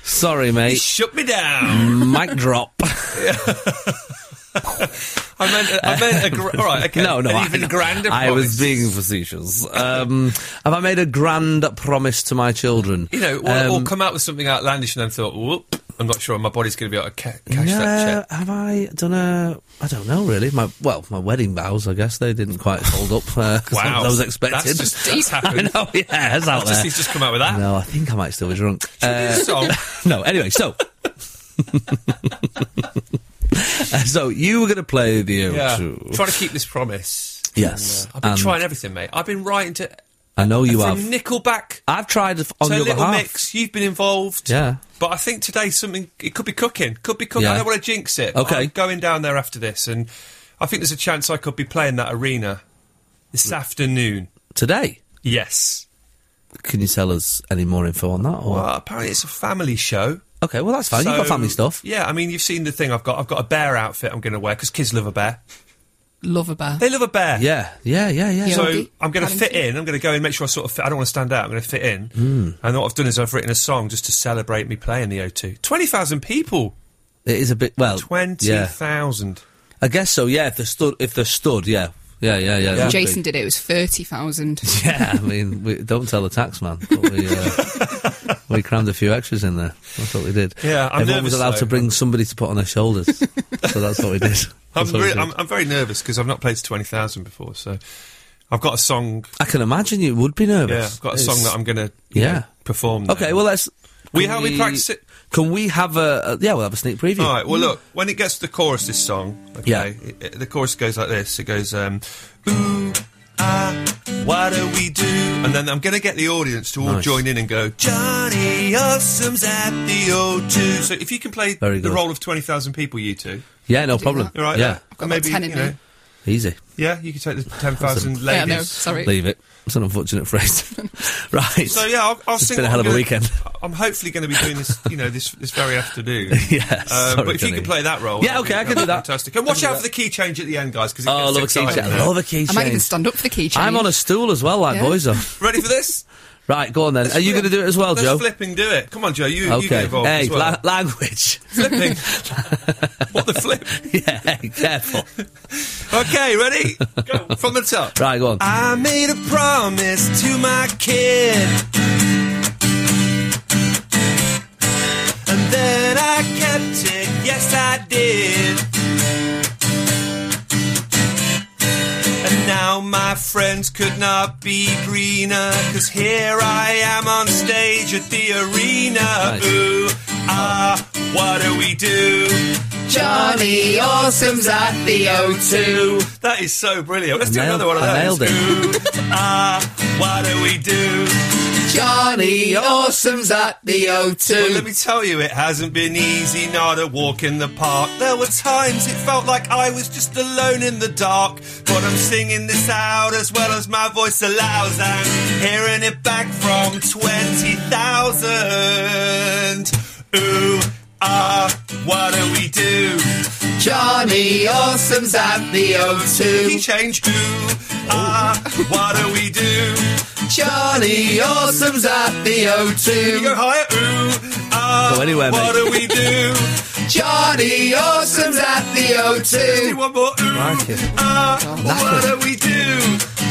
Speaker 3: sorry,
Speaker 5: You
Speaker 3: mate.
Speaker 5: shut me down.
Speaker 3: Mic drop.
Speaker 5: I meant. A, I meant a. Gr- all right. Okay.
Speaker 3: [laughs] No, no,
Speaker 5: An
Speaker 3: I,
Speaker 5: even
Speaker 3: no.
Speaker 5: grander.
Speaker 3: I was
Speaker 5: promise.
Speaker 3: being facetious. Um, have I made a grand promise to my children?
Speaker 5: You know, or, or
Speaker 3: Um,
Speaker 5: come out with something outlandish and then thought, whoop, I'm not sure my body's going to be able to ca- cash that
Speaker 3: yeah,
Speaker 5: check.
Speaker 3: have I done a? I don't know really. My well, my wedding vows. I guess they didn't quite hold up. Uh, [laughs] as
Speaker 5: Wow.
Speaker 3: I was expected.
Speaker 5: That's
Speaker 3: [laughs]
Speaker 5: just that's
Speaker 3: I
Speaker 5: happened.
Speaker 3: know. Yeah, it's out
Speaker 5: Just,
Speaker 3: there.
Speaker 5: he's just come out with that.
Speaker 3: No, I think I might still be drunk. Uh, [laughs]
Speaker 5: song.
Speaker 3: no. Anyway, so. [laughs] Uh, so you were going to play the O2.
Speaker 5: Yeah. Trying to keep this promise.
Speaker 3: Yes,
Speaker 5: I've been
Speaker 3: and-
Speaker 5: trying everything, mate. I've been writing to
Speaker 3: I know you
Speaker 5: from
Speaker 3: have.
Speaker 5: Nickelback
Speaker 3: I've tried on
Speaker 5: to
Speaker 3: your
Speaker 5: Little
Speaker 3: behalf.
Speaker 5: Mix. You've been involved.
Speaker 3: Yeah.
Speaker 5: But I think today something it could be cooking. Could be cooking.
Speaker 3: Yeah.
Speaker 5: I don't want to jinx it.
Speaker 3: Okay.
Speaker 5: I'm going down there after this, and I think there's a chance I could be playing that arena
Speaker 3: Mm.
Speaker 5: this afternoon.
Speaker 3: today.
Speaker 5: Yes.
Speaker 3: Can you tell us any more info on that? Or?
Speaker 5: Well, apparently it's a family show.
Speaker 3: Okay, well that's fine. You've got
Speaker 5: So-
Speaker 3: family stuff.
Speaker 5: Yeah, I mean, you've seen the thing I've got. I've got a bear outfit I'm going to wear because kids love a bear.
Speaker 4: Love a bear.
Speaker 5: They love a bear.
Speaker 3: Yeah, yeah, yeah, yeah.
Speaker 4: Yeah.
Speaker 5: So
Speaker 4: Yogi,
Speaker 5: I'm going to fit
Speaker 4: Paddington.
Speaker 5: in. I'm going to go in, make sure I sort of fit. I don't want to stand out. I'm going to fit in.
Speaker 3: Hmm.
Speaker 5: And what I've done is I've written a song just to celebrate me playing the O2. 20,000 people.
Speaker 3: it is a bit well. Yeah,
Speaker 5: 20,000.
Speaker 3: I guess so. Oh, Yeah, if they're stood, if they're stood, yeah, yeah, yeah, yeah. it would
Speaker 4: Jason
Speaker 3: be.
Speaker 4: did it. It was 30,000.
Speaker 3: [laughs] Yeah, I mean, we, don't tell the tax man. But we, uh,
Speaker 5: [laughs]
Speaker 3: we crammed a few extras in there. That's what we did.
Speaker 5: Yeah, I'm
Speaker 3: everyone was
Speaker 5: nervous,
Speaker 3: allowed
Speaker 5: though.
Speaker 3: to bring somebody to put on their shoulders.
Speaker 5: [laughs]
Speaker 3: so that's what we did.
Speaker 5: I'm,
Speaker 3: That's what we
Speaker 5: re-
Speaker 3: did.
Speaker 5: I'm, I'm very nervous because I've not played to 20,000 before. So I've got a song.
Speaker 3: I can imagine you would be nervous.
Speaker 5: Yeah, I've got a
Speaker 3: It's-
Speaker 5: song that I'm going to
Speaker 3: Yeah.
Speaker 5: perform. there.
Speaker 3: Okay, well let's.
Speaker 5: We-
Speaker 3: can
Speaker 5: how we practice it?
Speaker 3: Can we have a, a yeah? We'll have a sneak preview.
Speaker 5: All right. Well, look. When it gets to the chorus, this song. Okay,
Speaker 3: Yeah.
Speaker 5: it- it- the chorus goes like this. It goes, um, "Ooh, ah, why do we do?" And then I'm going to get the audience to all
Speaker 3: Nice.
Speaker 5: join in and go, "Johnny Awesome's at the O2." So if you can play
Speaker 3: Very
Speaker 5: the
Speaker 3: good.
Speaker 5: role of twenty thousand people, you two,
Speaker 3: Yeah, no problem.
Speaker 5: all right?
Speaker 3: Yeah,
Speaker 5: And
Speaker 4: I've got
Speaker 5: maybe
Speaker 4: ten in
Speaker 5: you know,
Speaker 4: me.
Speaker 3: easy.
Speaker 5: yeah, you can take the ten thousand
Speaker 4: Yeah,
Speaker 5: ladies.
Speaker 4: no, sorry.
Speaker 3: Leave it. It's an unfortunate
Speaker 4: [laughs]
Speaker 3: phrase. right.
Speaker 5: So yeah, I'll, I'll
Speaker 3: It's
Speaker 5: sing.
Speaker 3: been a
Speaker 5: what
Speaker 3: hell of
Speaker 5: I'm
Speaker 3: a
Speaker 5: gonna-
Speaker 3: weekend.
Speaker 5: I'm hopefully going to be doing this, you know, this this very
Speaker 3: [laughs]
Speaker 5: afternoon.
Speaker 3: [laughs] Yeah,
Speaker 5: Um,
Speaker 3: sorry,
Speaker 5: but if you
Speaker 3: Johnny.
Speaker 5: can play that role,
Speaker 3: Yeah,
Speaker 5: that'd
Speaker 3: okay,
Speaker 5: be-
Speaker 3: I can
Speaker 5: that'd
Speaker 3: do
Speaker 5: be
Speaker 3: that.
Speaker 5: Fantastic. And
Speaker 3: I
Speaker 5: watch
Speaker 3: can do
Speaker 5: out
Speaker 3: that.
Speaker 5: for the key change at the end, guys, because
Speaker 3: Oh,
Speaker 5: it
Speaker 3: love a
Speaker 5: gets
Speaker 3: key change.
Speaker 5: exciting.
Speaker 3: Love a key
Speaker 4: I might even
Speaker 3: change.
Speaker 4: stand up for the key change.
Speaker 3: I'm on a stool as well, like
Speaker 4: Yeah.
Speaker 3: boys are.
Speaker 5: Ready for this?
Speaker 3: Right, go on then. [laughs] Are you going to do it as well,
Speaker 5: Let's
Speaker 3: Joe?
Speaker 5: flipping do it. Come on, Joe. You, you get
Speaker 3: okay.
Speaker 5: involved
Speaker 3: hey,
Speaker 5: as well.
Speaker 3: la- language. [laughs]
Speaker 5: flipping. what the flip?
Speaker 3: yeah, careful.
Speaker 5: Okay,
Speaker 3: [laughs]
Speaker 5: ready? Go. From the top.
Speaker 3: Right, go on.
Speaker 5: I made a promise to my kid. And then I kept it, yes I did. And now my friends could not be greener, cause here I am on stage at the arena.
Speaker 3: Nice.
Speaker 5: Ooh, ah, what do we do?
Speaker 4: Johnny Awesome's at the
Speaker 5: O2. That is so brilliant. Let's do
Speaker 3: I nailed-
Speaker 5: another one of those.
Speaker 3: I nailed it.
Speaker 5: Ooh, ah, what do we do?
Speaker 4: Johnny Awesome's at the
Speaker 5: Well, let
Speaker 4: O2.
Speaker 5: me tell you, it hasn't been easy, not a walk in the park. There were times it felt like I was just alone in the dark. But I'm singing this out as well as my voice allows, and hearing it back from 20,000. Ooh, ah, what do we do?
Speaker 4: Johnny Awesome's at the Oh.
Speaker 5: Key
Speaker 4: O2.
Speaker 5: change, ooh, ah, what do we do?
Speaker 4: Johnny Awesome's at the
Speaker 5: You go
Speaker 4: O2.
Speaker 5: higher, ooh, ah,
Speaker 3: Go anywhere,
Speaker 5: what
Speaker 3: mate.
Speaker 5: do we
Speaker 4: [laughs]
Speaker 5: do?
Speaker 4: Johnny Awesome's at the
Speaker 5: Do
Speaker 4: O2.
Speaker 5: one more, ooh,
Speaker 3: Like it.
Speaker 5: ah, what do we do?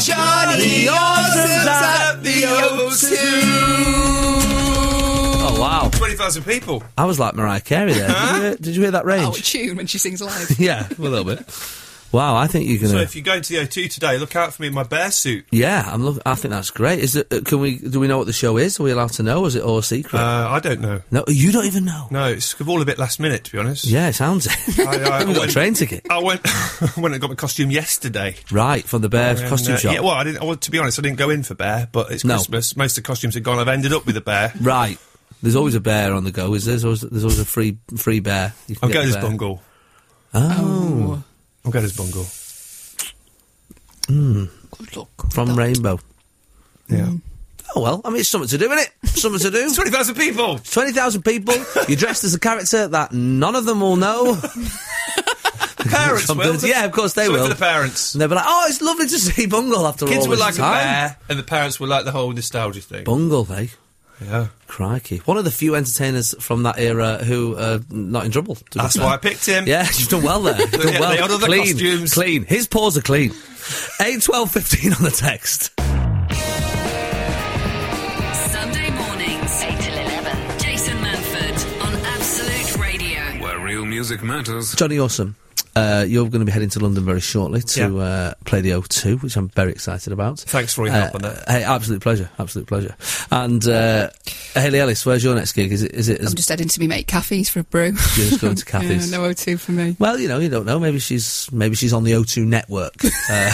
Speaker 4: Johnny Awesome's at the O2.
Speaker 3: Oh, wow.
Speaker 5: 20,000 people.
Speaker 3: I was like Mariah Carey there. Did, you hear, did you hear that
Speaker 4: Oh,
Speaker 3: range?
Speaker 4: tune when she sings live.
Speaker 3: yeah, a little bit. Wow, I think you're going
Speaker 5: So
Speaker 3: to.
Speaker 5: if you go to the O2 today, look out for me in my bear suit.
Speaker 3: yeah, I'm look- I think that's great. Is it, uh, can we? Do we know what the show is? Are we allowed to know? Is it all secret?
Speaker 5: Uh, I don't know.
Speaker 3: no, you don't even know.
Speaker 5: No, Uh, it's all a bit last minute, to be honest.
Speaker 3: Yeah, it sounds.
Speaker 5: [laughs]
Speaker 3: it. [laughs]
Speaker 5: I, I, I
Speaker 3: we got a
Speaker 5: went,
Speaker 3: train ticket.
Speaker 5: I went, [laughs] I went and got my costume yesterday.
Speaker 3: Right, from the Bear
Speaker 5: And,
Speaker 3: costume
Speaker 5: uh,
Speaker 3: shop.
Speaker 5: Yeah, well, I didn't. I, well, to be honest, I didn't go in for bear, but it's
Speaker 3: No.
Speaker 5: Christmas. Most of the costumes are gone. I've ended up with a bear.
Speaker 3: Right. There's always a bear on the go. Is there? there's always there's always a free free bear. You can
Speaker 5: I'm
Speaker 3: get
Speaker 5: going
Speaker 3: the
Speaker 5: as
Speaker 3: bear.
Speaker 5: Bungle.
Speaker 4: Oh.
Speaker 5: I'm going as Bungle.
Speaker 4: Good luck.
Speaker 3: from Rainbow.
Speaker 5: Yeah.
Speaker 3: Oh well, I mean it's something to do, isn't it? Something
Speaker 5: [laughs]
Speaker 3: to do. [laughs]
Speaker 5: 20,000 people!
Speaker 3: Twenty thousand people. You're dressed as a character that none of them will know.
Speaker 5: [laughs] Parents
Speaker 3: Some
Speaker 5: will.
Speaker 3: does- yeah, of course they
Speaker 5: Something
Speaker 3: will.
Speaker 5: for the parents.
Speaker 3: And they'll be like, "Oh, it's lovely to see Bungle after all
Speaker 5: Kids were
Speaker 3: this
Speaker 5: like a
Speaker 3: time."
Speaker 5: bear, and the parents were like the whole nostalgia thing.
Speaker 3: Bungle, eh?
Speaker 5: yeah.
Speaker 3: Crikey, one of the few entertainers from that era who are not in trouble. to be
Speaker 5: That's
Speaker 3: fair.
Speaker 5: why I picked him.
Speaker 3: Yeah, [laughs] you've done well
Speaker 5: [laughs]
Speaker 3: there. You've done
Speaker 5: Yeah, they
Speaker 3: well.
Speaker 5: ordered the
Speaker 3: Clean,
Speaker 5: costumes.
Speaker 3: clean. His paws are clean. Eight, twelve, fifteen on the text.
Speaker 2: Sunday mornings, 8 till 11. Jason Manford on Absolute Radio.
Speaker 1: Where real music matters.
Speaker 3: Johnny Awesome, uh, you're going to be heading to London very shortly to
Speaker 5: Yeah.
Speaker 3: uh, play the O2, which I'm very excited about. Uh,
Speaker 5: Thanks for your help on that.
Speaker 3: Hey, absolute pleasure, absolute pleasure. And uh, Haley Ellis, where's your next gig? Is it? Is it? As,
Speaker 4: I'm just heading to me mate Caffey's for a brew.
Speaker 3: You're just going to Cathy's.
Speaker 4: [laughs] Yeah, no O2 for me.
Speaker 3: well, you know, you don't know. Maybe she's maybe she's on the O2 [laughs] network uh,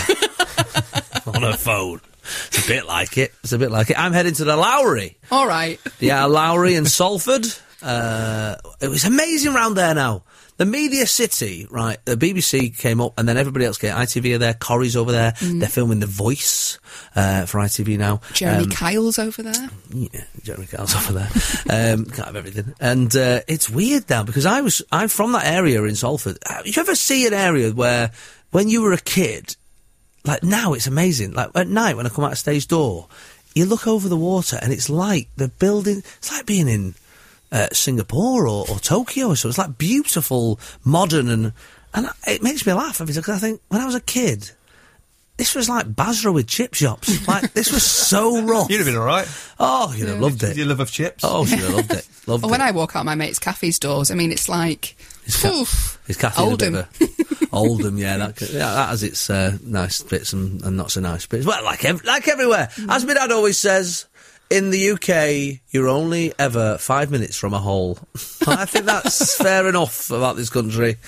Speaker 3: on her phone. It's a bit like it. It's a bit like it. I'm heading to the Lowry.
Speaker 4: All right.
Speaker 3: Yeah, Lowry and Salford. Uh, it was amazing round there now. The media city, right? The BBC came up, and then everybody else came. ITV are there, Corrie's over there. They're filming The Voice uh, for ITV now.
Speaker 4: Jeremy
Speaker 3: Um,
Speaker 4: Kyle's over there.
Speaker 3: yeah, Jeremy Carl's over there. um, can't have everything. And uh, it's weird now because I was I'm from that area in Salford. Uh, You ever see an area where when you were a kid, like now it's amazing. Like at night when I come out of stage door, you look over the water and it's like the building. It's like being in uh, Singapore or, or Tokyo or so. It's like beautiful, modern, and and it makes me laugh because I think when I was a kid. This was like Basra with chip shops. Like this was so rough.
Speaker 5: [laughs] You'd have been alright.
Speaker 3: Oh, you'd have loved
Speaker 5: Your
Speaker 3: it.
Speaker 5: love of chips.
Speaker 3: Oh, she'd have loved
Speaker 4: [laughs]
Speaker 3: it. Loved
Speaker 4: Or Oh, when
Speaker 3: it.
Speaker 4: I walk out my mate's Caffey's doors, I mean, it's like.
Speaker 3: Is Ca-
Speaker 4: oof,
Speaker 3: is Kathy
Speaker 4: Oldham.
Speaker 3: a [laughs] bit of a, Oldham, yeah, that, c- yeah, that has its uh, nice bits and, and not so nice bits. Well, like ev- like everywhere,
Speaker 4: Mm.
Speaker 3: as my dad always says, in the UK, you're only ever five minutes from a hole. [laughs] I think that's fair enough about this country.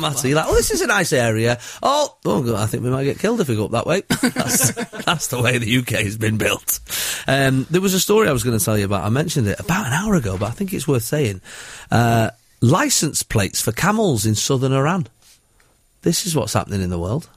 Speaker 3: Don't matter. You're like, oh, this is a nice area. Oh, oh, God, I think we might get killed if we go up that way.
Speaker 4: [laughs]
Speaker 3: That's, that's the way the UK has been built. Um, there was a story I was going to tell you about. I mentioned it about an hour ago, but I think it's worth saying. Uh, license plates for camels in southern Iran. This is what's happening in the
Speaker 4: [laughs]
Speaker 3: world.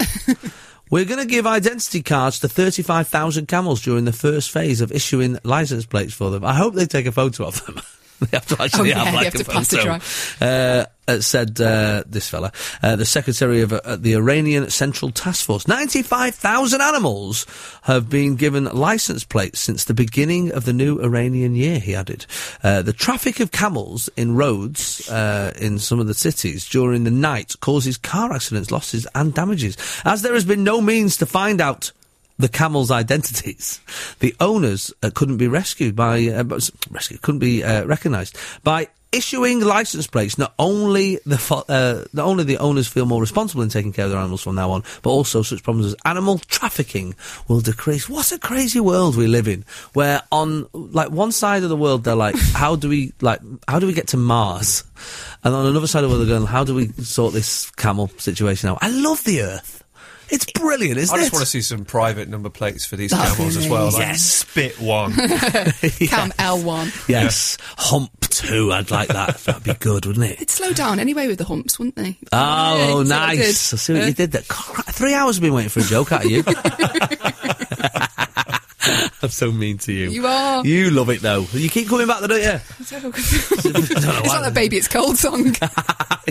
Speaker 3: We're going to give identity cards to 35,000 camels during the first phase of issuing license plates for them. [laughs] I hope they take a photo of them. they have to actually
Speaker 4: Oh, yeah,
Speaker 3: have
Speaker 4: you
Speaker 3: like
Speaker 4: have
Speaker 3: a
Speaker 4: to pass a
Speaker 3: photo. Uh, uh, said uh, this fella, uh, the secretary of uh, the Iranian Central Task Force. 95,000 animals have been given license plates since the beginning of the new Iranian year, he added. Uh, the traffic of camels in roads uh, in some of the cities during the night causes car accidents, losses, and damages. As there has been no means to find out the camels' identities. The owners uh, couldn't be rescued by uh, but- rescued couldn't be uh, recognised by issuing license plates. Not only the fo- uh, not only the owners feel more responsible in taking care of their animals from now on, but also such problems as animal trafficking will decrease. What a crazy world we live in, where on like one side of the world they're like, [laughs] how do we like how do we get to Mars, and on another side of the world they're going, how do we sort this camel situation out? I love the Earth. It's brilliant, isn't
Speaker 5: I
Speaker 3: it?
Speaker 5: just want to see some private number plates for these
Speaker 4: That'd be
Speaker 5: camels as well. Like,
Speaker 3: amazing.
Speaker 5: spit
Speaker 3: [laughs]
Speaker 4: [laughs]
Speaker 5: one.
Speaker 4: Cam L1.
Speaker 3: Yes. Hump two, I'd like that. That'd be good, wouldn't it?
Speaker 4: [laughs] They'd slow down anyway with the humps, wouldn't they?
Speaker 3: Oh,
Speaker 4: Yeah, so I
Speaker 3: nice. I
Speaker 4: did.
Speaker 3: see what you did there. Cri- Three hours I've been waiting for a joke out of
Speaker 4: [laughs]
Speaker 3: you. I'm so mean to you.
Speaker 4: You are.
Speaker 3: You love it, though. You keep coming back, though, don't you?
Speaker 4: [laughs] Uh, it's
Speaker 3: why
Speaker 4: not
Speaker 3: then.
Speaker 4: a baby, it's cold [laughs] song.
Speaker 3: [laughs]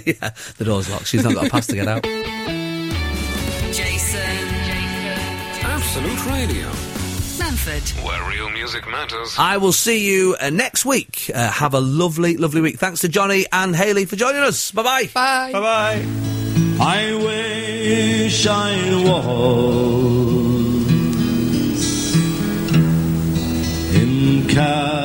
Speaker 3: yeah, the door's locked. She's not got a pass to get out.
Speaker 2: Jason. Jason.
Speaker 1: Absolute Radio,
Speaker 2: Manford.
Speaker 1: where real music matters.
Speaker 3: I will see you uh, next week. Uh, have a lovely, lovely week. Thanks to Johnny and Haley for joining us. Bye-bye.
Speaker 4: Bye.
Speaker 5: bye bye.
Speaker 9: I wish I was in California.